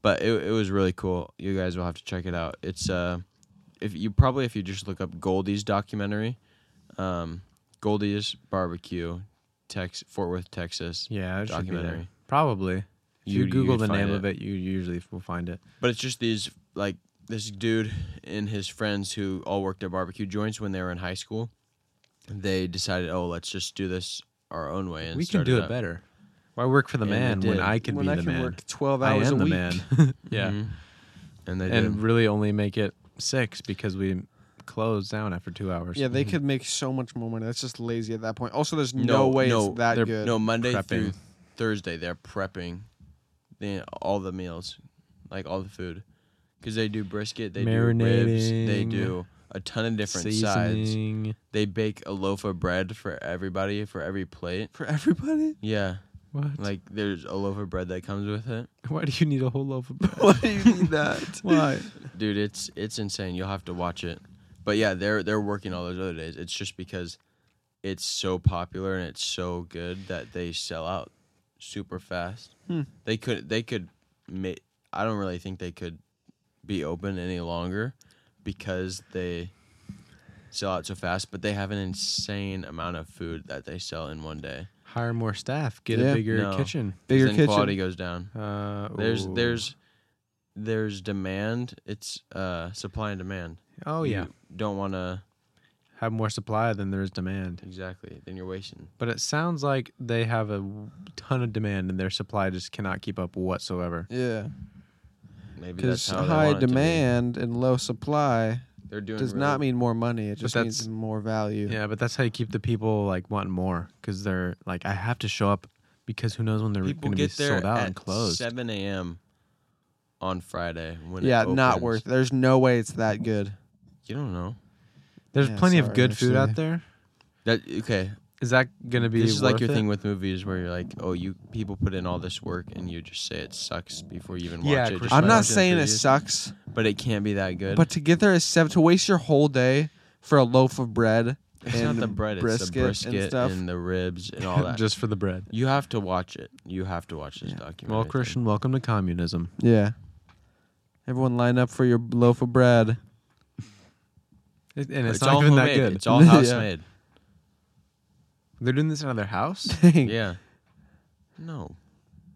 but it it was really cool. You guys will have to check it out. It's uh, if you probably if you just look up Goldie's documentary, um, Goldie's barbecue, Tex Fort Worth, Texas Yeah, it should be there. documentary. Probably. If you, You'd- Google you'd the find name of it, you usually will find it. But it's just these like this dude and his friends who all worked at barbecue joints when they were in high school. They decided, oh, let's just do this our own way, and we can started do it up. better. Why work for the And they man when did. I can when be I the can man? work twelve I hours am a the week. Mm-hmm. man. yeah, Mhm. and they and did. really only make it six because we close down after two hours. Yeah, Mm-hmm. they could make so much more money. That's just lazy at that point. Also, there's no, No, way no, it's that they're- good. No, Monday through Prepping. Thursday, they're prepping the, all the meals, like all the food, because they do brisket, they do ribs, they Marinating, do a ton of different sides. Seasoning. They bake a loaf of bread for everybody for every plate. for everybody. Yeah, What? like there's a loaf of bread that comes with it. why do you need a whole loaf of bread? Why do you need that? Why? dude it's it's insane you'll have to watch it but yeah they're they're working all those other days it's just because it's so popular and it's so good that they sell out super fast Hmm. they could they could ma- i don't really think they could be open any longer because they sell out so fast but they have an insane amount of food that they sell in one day Hire more staff. Get Yeah. a bigger No. kitchen. 'Cause Bigger then kitchen. quality goes down Uh, there's ooh. there's there's demand it's uh supply and demand Oh yeah, you don't want to have more supply than there is demand. exactly then you're wasting But it sounds like they have a ton of demand and their supply just cannot keep up whatsoever. Yeah, maybe because that's how they high want it to be. demand and low supply they're doing does really- not mean more money. It just means that's- more value. Yeah, but that's how you keep the people like wanting more because they're like, I have to show up because who knows when they're people going to be get there sold out at and closed. 7 a.m on friday when it Yeah, not opens. worth. There's no way it's that good. you don't know There's Yeah, plenty of sorry, good food out actually. there. that okay Is that going to be this is like your worth it? thing with movies where you're like oh you people put in all this work and you just say it sucks before you even watch Yeah, it Chris- just I'm by not watching saying it previews. sucks, but it can't be that good but to get there at seven, to waste your whole day for a loaf of bread it's and not the bread it's brisket, the brisket and stuff. the ribs and all that Just for the bread. you have to watch it you have to watch this documentary Well, thing. Christian, welcome to communism. yeah, everyone line up for your loaf of bread. It- and But it's, not even that homemade. good. It's all Yeah. house made. They're doing this in their house. Dang. Yeah. No.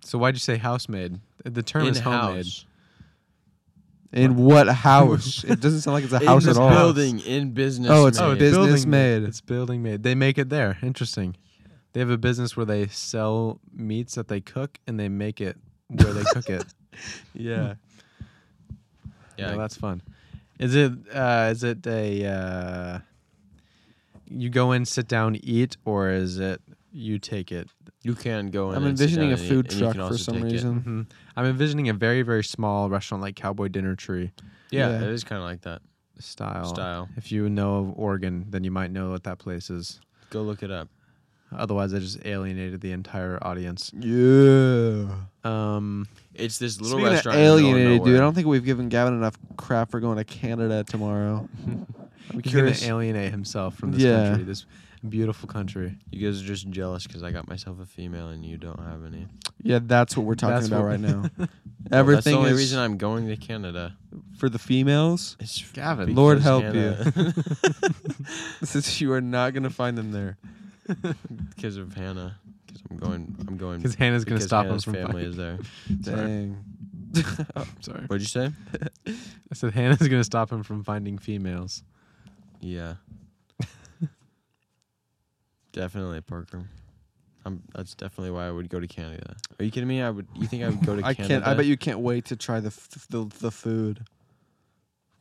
So why'd you say housemaid? The term is homemade. house. In what house? it doesn't sound like it's a In house this at all. building, in business. Oh, it's made. Oh, business building made. It's building made. They make it there. Interesting. They have a business where they sell meats that they cook and they make it where they cook it. Yeah. Yeah. Well, that's fun. Is it? Uh, is it a? Uh, you go in, sit down, eat, or is it you take it? you can go in. I'm and sit envisioning a down and eat, food and you truck can for also some take it. reason. hmm I'm envisioning a very very small restaurant like Cowboy Dinner Tree Yeah, Yeah. Oh. it is kind of like that style. style. If you know of Oregon, then you might know what that place is. Go look it up. Otherwise, I just alienated the entire audience. Yeah. Um, It's this little Speaking of restaurant. in the middle of alienated, dude, I nowhere. don't think we've given Gavin enough crap for going to Canada tomorrow. I'm he's going curious. to alienate himself from this Yeah. country. This Beautiful country. You guys are just jealous because I got myself a female and you don't have any. Yeah, that's what we're talking That's about what- right now. Well, that's the Everything only is reason I'm going to Canada. for the females. It's f- Gavin. because Lord help Hannah- Since you are not gonna find them there. because of Hannah. Because I'm going. I'm going. Because Hannah's going to because stop Hannah's us from family fucking. is there. Sorry. Dang. Sorry. What'd you say? I said Hannah's going to stop him from finding females. Yeah. definitely Parker. I'm, that's definitely why I would go to Canada. Are you kidding me? I would. You think I would go to I Canada? can't. I bet you can't wait to try the f- the, the food.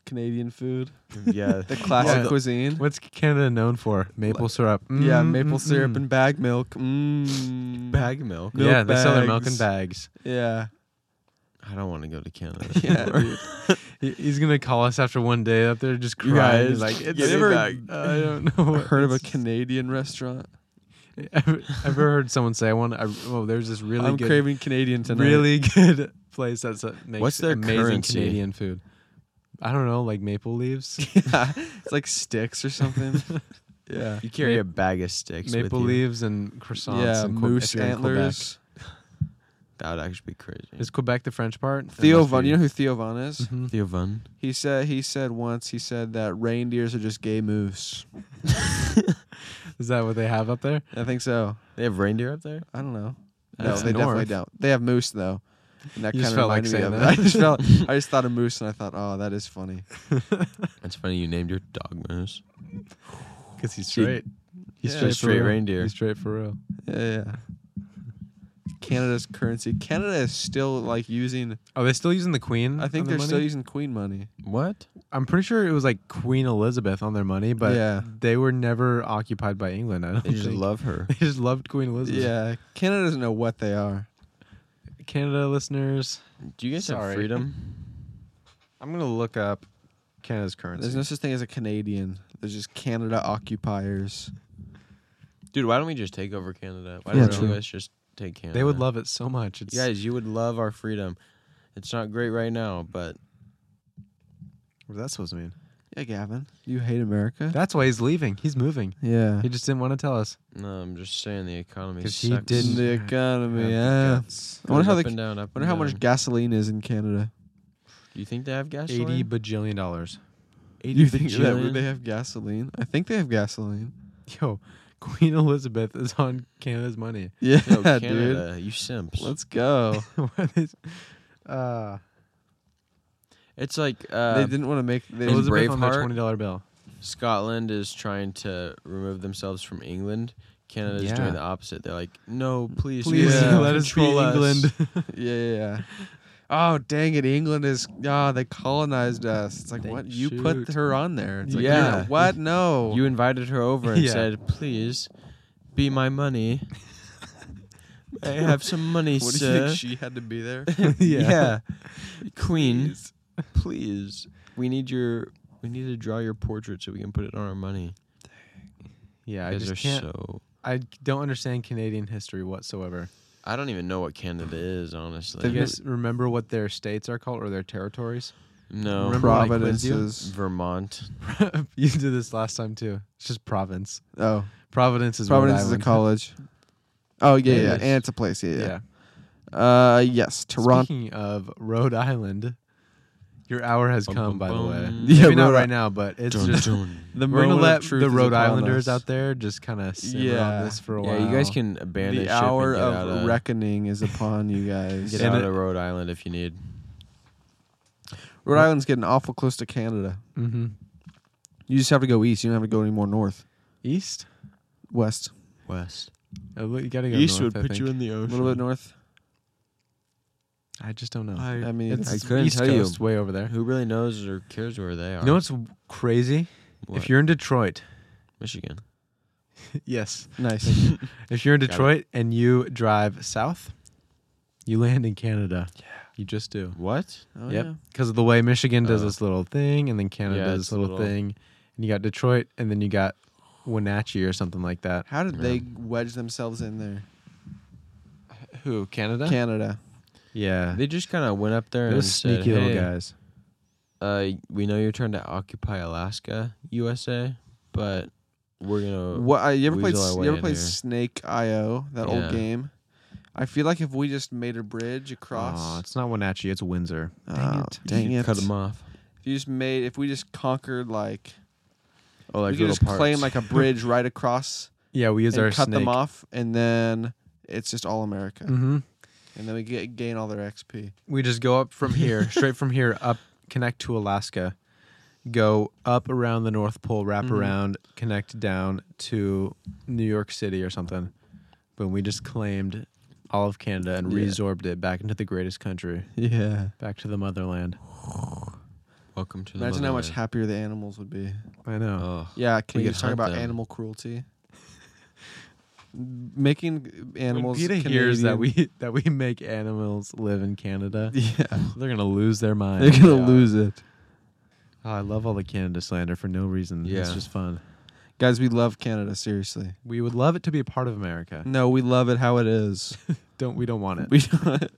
Canadian food, Yeah. the classic Yeah. cuisine. What's Canada known for? Maple syrup. yeah, Mm, maple mm, syrup mm. and bag milk. Mm. Mm-hmm. Bag milk milk. Mm-hmm. yeah, they sell their milk in bags. bags. Yeah. I don't want to go to Canada. Yeah, dude. He- He's gonna call us after one day up there, just You crying. guys, He's like, it's get it ever, back." I don't know. What, Heard of a Canadian restaurant? Ever, ever heard someone say I want? I, oh, there's this really I'm good, craving Canadian tonight. really good place that's uh, makes What's their amazing currency? Canadian food. I don't know, like maple leaves, Yeah. It's like sticks or something. yeah. You carry Ma- a bag of sticks. maple with you. leaves and croissants. yeah. and Moose antlers. That would actually be crazy. Is Quebec the French part? It Theo must Von, be. you know who Theo Von is? Mhm. Theo Vun. He said he said once he said that reindeers are just gay moose. Is that what they have up there? I think so. They have reindeer up there. I don't know. No, That's they definitely north. don't. They have moose though. And that You just kind of felt like reminded me saying of it. that. I just felt I just thought of moose and I thought, oh, that is funny. That's funny. You named your dog Moose. Because he's See, straight. He's Yeah, just for straight real. reindeer. He's straight for real. Yeah, yeah. Canada's currency. Canada is still like using. Are they still using the Queen? I think on their they're still money? using Queen money. What? I'm pretty sure it was like Queen Elizabeth on their money, but Yeah. they were never occupied by England. I don't They just think. love her. they just loved Queen Elizabeth. Yeah, Canada doesn't know what they are. Canada listeners, Do you guys Sorry. have freedom? I'm gonna look up Canada's There's currency. no such thing as a Canadian. There's just Canada occupiers. Dude, why don't we just take over Canada? Why Yeah, don't true. you guys just take Canada? they would love it so much. It's You guys, you would love our freedom. It's not great right now, but what that's supposed to mean. Yeah, Gavin, you hate America. That's why he's leaving. He's moving. yeah. He just didn't want to tell us. no, I'm just saying the economy 'Cause sucks. he didn't- the Have economy. the Yeah. guts. I wonder how Goes they. up and down, up Wonder how and much down. gasoline is in Canada. you think they have gasoline? Eighty bajillion dollars. You think that bajillion? they have gasoline? I think they have gasoline. Yo, Queen Elizabeth is on Canada's money. Yeah, Yo, dude. Canada, you simps. Let's go. What is- uh, It's like they uh, didn't want to make. They In Elizabeth on their Braveheart? twenty dollar bill. Scotland is trying to remove themselves from England. Canada's Yeah. doing the opposite. They're like, no, please, Please Yeah. let us be control England. yeah, yeah, yeah. Oh dang it! England is ah they colonized us. It's like They what you put shoot. her on there. It's like, Yeah. yeah. What? No. You invited her over and Yeah. said, please, be my money. I have some money, what do you sir. think she had to be there? yeah. Queen, please. We need your. We need to draw your portrait so we can put it on our money. Yeah, I You guys just are can't. so. I don't understand Canadian history whatsoever. I don't even know what Canada is, Do honestly. you guys remember what their states are called or their territories? no. remember when I quizzed you? Providences. Vermont. you did this last time too. It's just province. Oh, Providence is Rhode Providence is a Island. college. Oh yeah, It yeah, is. and it's a place. Yeah, yeah. Yeah. Uh, yes, Toronto. Speaking of Rhode Island, your hour has Bum, come. bum, by the bum. way, Yeah, maybe not Rhode right I- now, but it's Dun, just dun. The we're gonna moment of let truth the is Rhode upon Islanders us. out there just kind of simmer Yeah. on this for a while. Yeah, you guys can abandon The ship hour and get out of reckoning is upon you guys. Get And out it- of Rhode Island if you need. Rhode Island's getting awful close to Canada. hmm You just have to go east. You don't have to go any more north. east. West. West. Uh, look, You gotta go East north, would I put you think. in the A ocean. little bit north. I just don't know. I mean, it's I couldn't east tell you. coast, way over there. Who really knows or cares where they are? You know what's crazy? What? If you're in Detroit, Michigan. yes. nice. If you're in Got it. Detroit and you drive south, you land in Canada. Yeah. You just do. What? Oh, yep. Because of the way Michigan does Uh, this little thing, and then Canada yeah, does it's this little, little. thing, and you got Detroit, and then you got Wenatchee or something like that. How did Yeah. they wedge themselves in there? Who? Canada? Canada. yeah. They just kind of went up there and Those said, sneaky little "Hey, guys. Uh, we know you're trying to occupy Alaska, USA, but We're gonna. What I, you ever played? Weasel our s- way You ever in played here. Snake IO? That Yeah. old game. I feel like if we just made a bridge Aw, across, it's not Wenatchee, it's Windsor. Oh, dang you it! Cut them off. If you just made, if we just conquered like, Oh, like we could little just parts. claim like a bridge right across Yeah, we use and our cut snake. them off, and then it's just all America, Mm-hmm. and then we get gain all their XP. We just go up from here, straight from here up, connect to Alaska, go up around the North Pole, wrap Mhm. Mm-hmm. around, connect down to New York City or something. Boom! We just claimed all of Canada and Yeah. resorbed it back into the greatest country, Yeah. back to the motherland. Welcome to the. Imagine how much motherland. happier the animals would be. I know. Oh. Yeah, can We we could just talk hunt about them. animal cruelty? Making animals. when PETA hears that Canadian- we that we make animals live in Canada, Yeah. they're gonna lose their mind. They're gonna They are. lose it. Oh, I love all the Canada slander for no reason. Yeah. It's just fun. guys, we love Canada. Seriously, We would love it to be a part of Mm. America. no, we love it how it is. Don't we don't want it. We don't-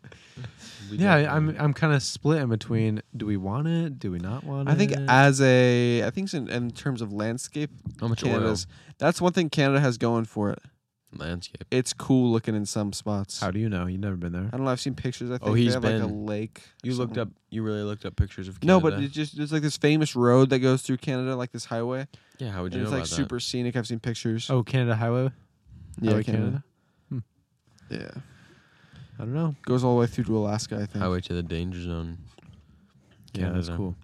We yeah, definitely- I'm I'm kind of split in between do we want it? Do we not want I think it? as a, I think in, in terms of landscape, How much oil? Canada's that's one thing Canada has going for it. Landscape. It's cool looking in some spots. How do you know? You've never been there. I don't know. I've seen pictures. I think he's they have like a been. lake. or You looked something. up. You really looked up pictures of. Canada? No, but it's just there's like this famous road that goes through Canada, like this highway. yeah, how would And you know it's like about that? super scenic. I've seen pictures. Oh, Canada Highway? Highway Canada? Yeah, I don't know. goes all the way through to Alaska. I think. Highway to the danger zone. Yeah, that's Canada. cool.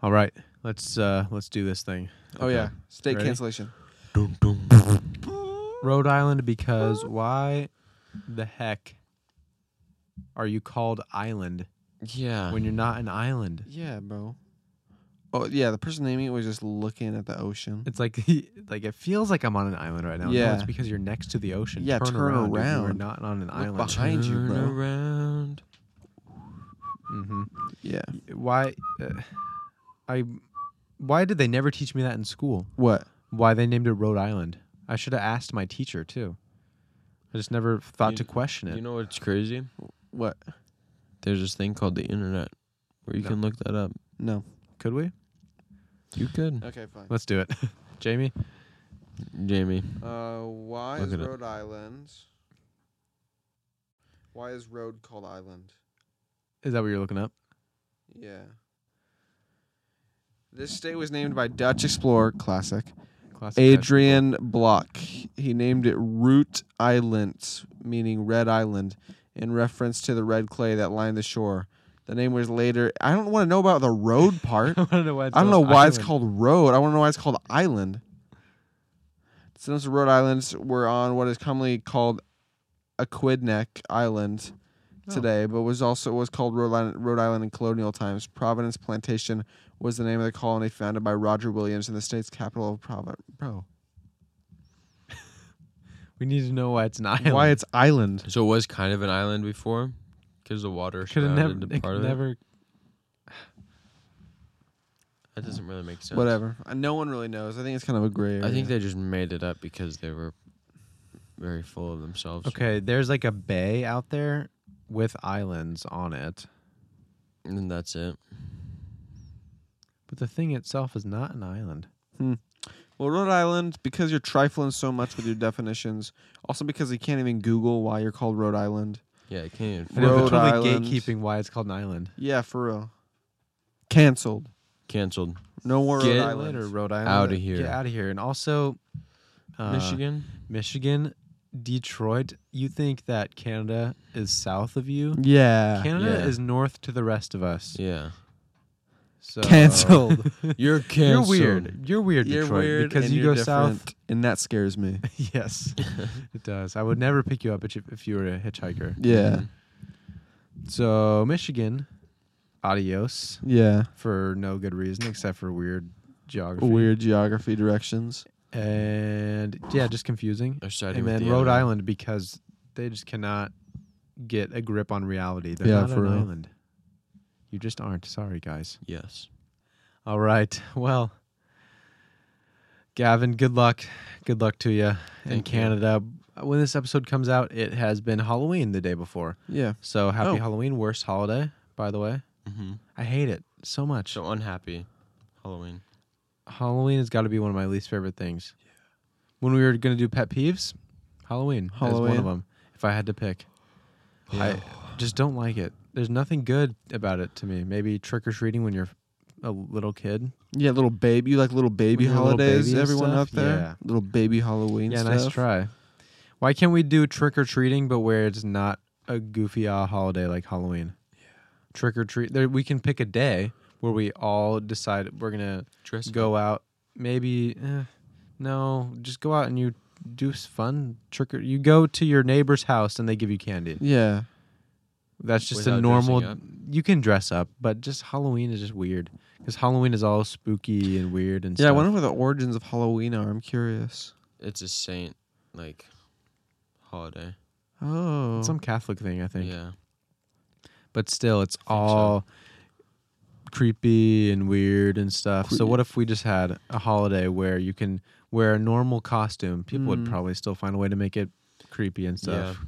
All right. Let's uh let's do this thing. Oh Okay. yeah, state Ready? cancellation. Dun, dun. Rhode Island because why the heck are you called island Yeah. when you're not an island? Yeah, bro. Oh yeah, the person naming it was just looking at the ocean. It's like like it feels like I'm on an island right now. No, it's Yeah. because you're next to the ocean. Yeah, turn You're around. not on an island. behind- Mind you, Turn bro. around. hmm Yeah. Why? Uh, I. Why did they never teach me that in school? What? Why they named it Rhode Island? I should have asked my teacher too. I just never thought You- to question it. You know what's crazy? What? There's this thing called the internet where you No. can look that up. No. Could we? You could, Okay, fine. Let's do it, Jamie. Jamie. Uh, why Look is it up. Rhode Island? Why is road called island? Is that what you're looking up? Yeah. This state was named by Dutch explorer, classic, Classic Adrian Block. He named it Root Island, meaning red island, in reference to the red clay that lined the shore. The name was later. I don't want to know about the road part. I don't know why. It's I don't know called why it's island. called road. I want to know why it's called island. Since the Rhode Islands were on what is commonly called Aquidneck Island Oh. today, but was also was called Rhode Island, Rhode Island in colonial times. Providence Plantation was the name of the colony founded by Roger Williams in the state's capital of Providence. Bro, We need to know why it's an island. why it's island? So it was kind of an island before, because the water could have never. surrounded It part could of it. never. That doesn't really make sense. Whatever. Uh, No one really knows. I think it's kind of a gray area. I think they just made it up because they were very full of themselves. Okay, there's like a bay out there with islands on it, And then that's it. but the thing itself is not an island. Well, Rhode Island, because you're trifling so much with your definitions, also because you can't even Google why you're called Rhode Island. Yeah, I can't I even know, they're Rhode totally Island. gatekeeping why it's called an island. Yeah, for real. Canceled. canceled. No more Rhode Get lit Island. Or Rhode Island. Outta here. Get out of here. And also, uh, Michigan. Michigan, Detroit. You think that Canada is south of you? Yeah. Canada Yeah. is north to the rest of us. Yeah. So Canceled. You're You're canceled. weird. You're weird, you're Detroit, weird because and you go you're south. different, and that scares me. yes, it does. I would never pick you up if you, if you were a hitchhiker. Yeah. Mm-hmm. So Michigan, adios Yeah. for no good reason except for weird geography. Weird geography directions. and yeah, just confusing. They're siding and with then the Rhode enemy. Island because they just cannot get a grip on reality. They're Yeah, not for an real. island. You just aren't. Sorry, guys. Yes. All right. Well, Gavin, good luck. Good luck to you in Thank you. Canada. When this episode comes out, it has been Halloween the day before. Yeah. So happy Oh. Halloween. Worst holiday, by the way. Mm-hmm. I hate it so much. So unhappy. Halloween. Halloween has got to be one of my least favorite things. when we were gonna do pet peeves, Halloween, Halloween. is Halloween. one of them. If I had to pick, I just don't like it. There's nothing good about it to me. Maybe trick or treating when you're a little kid. Yeah, little baby, you like little baby With your little holidays. baby and everyone stuff? up there, Yeah. little baby Halloween. yeah, stuff. nice try. Why can't we do trick or treating, but where it's not a goofy ah holiday like Halloween? Yeah. Trick or treat. There, we can pick a day where we all decide we're gonna Dress go out. Maybe eh, no, just go out and you do s- fun trick or. You go to your neighbor's house and they give you candy. Yeah, That's just a Without normal. dressing up? You can dress up, but just Halloween is just weird because Halloween is all spooky and weird and yeah. I Stuff. wonder where the origins of Halloween are. I'm curious. It's a saint like holiday. Oh, Some Catholic thing, I think. Yeah. but still it's so. all creepy and weird and stuff so what if we just had a holiday where you can wear a normal costume people would Mm. probably still find a way to make it creepy and stuff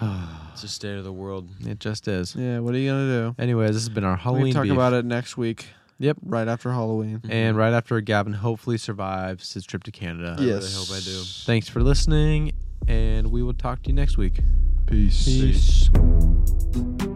It's a state of the world. it just is yeah. What are you gonna do? anyways this has been our halloween we can talk beef. about it Mm-hmm. next week. Yep. right after Halloween. and right after gavin hopefully survives his trip to canada I really hope I do. thanks for listening and we will talk to you next week Peace. peace. Peace.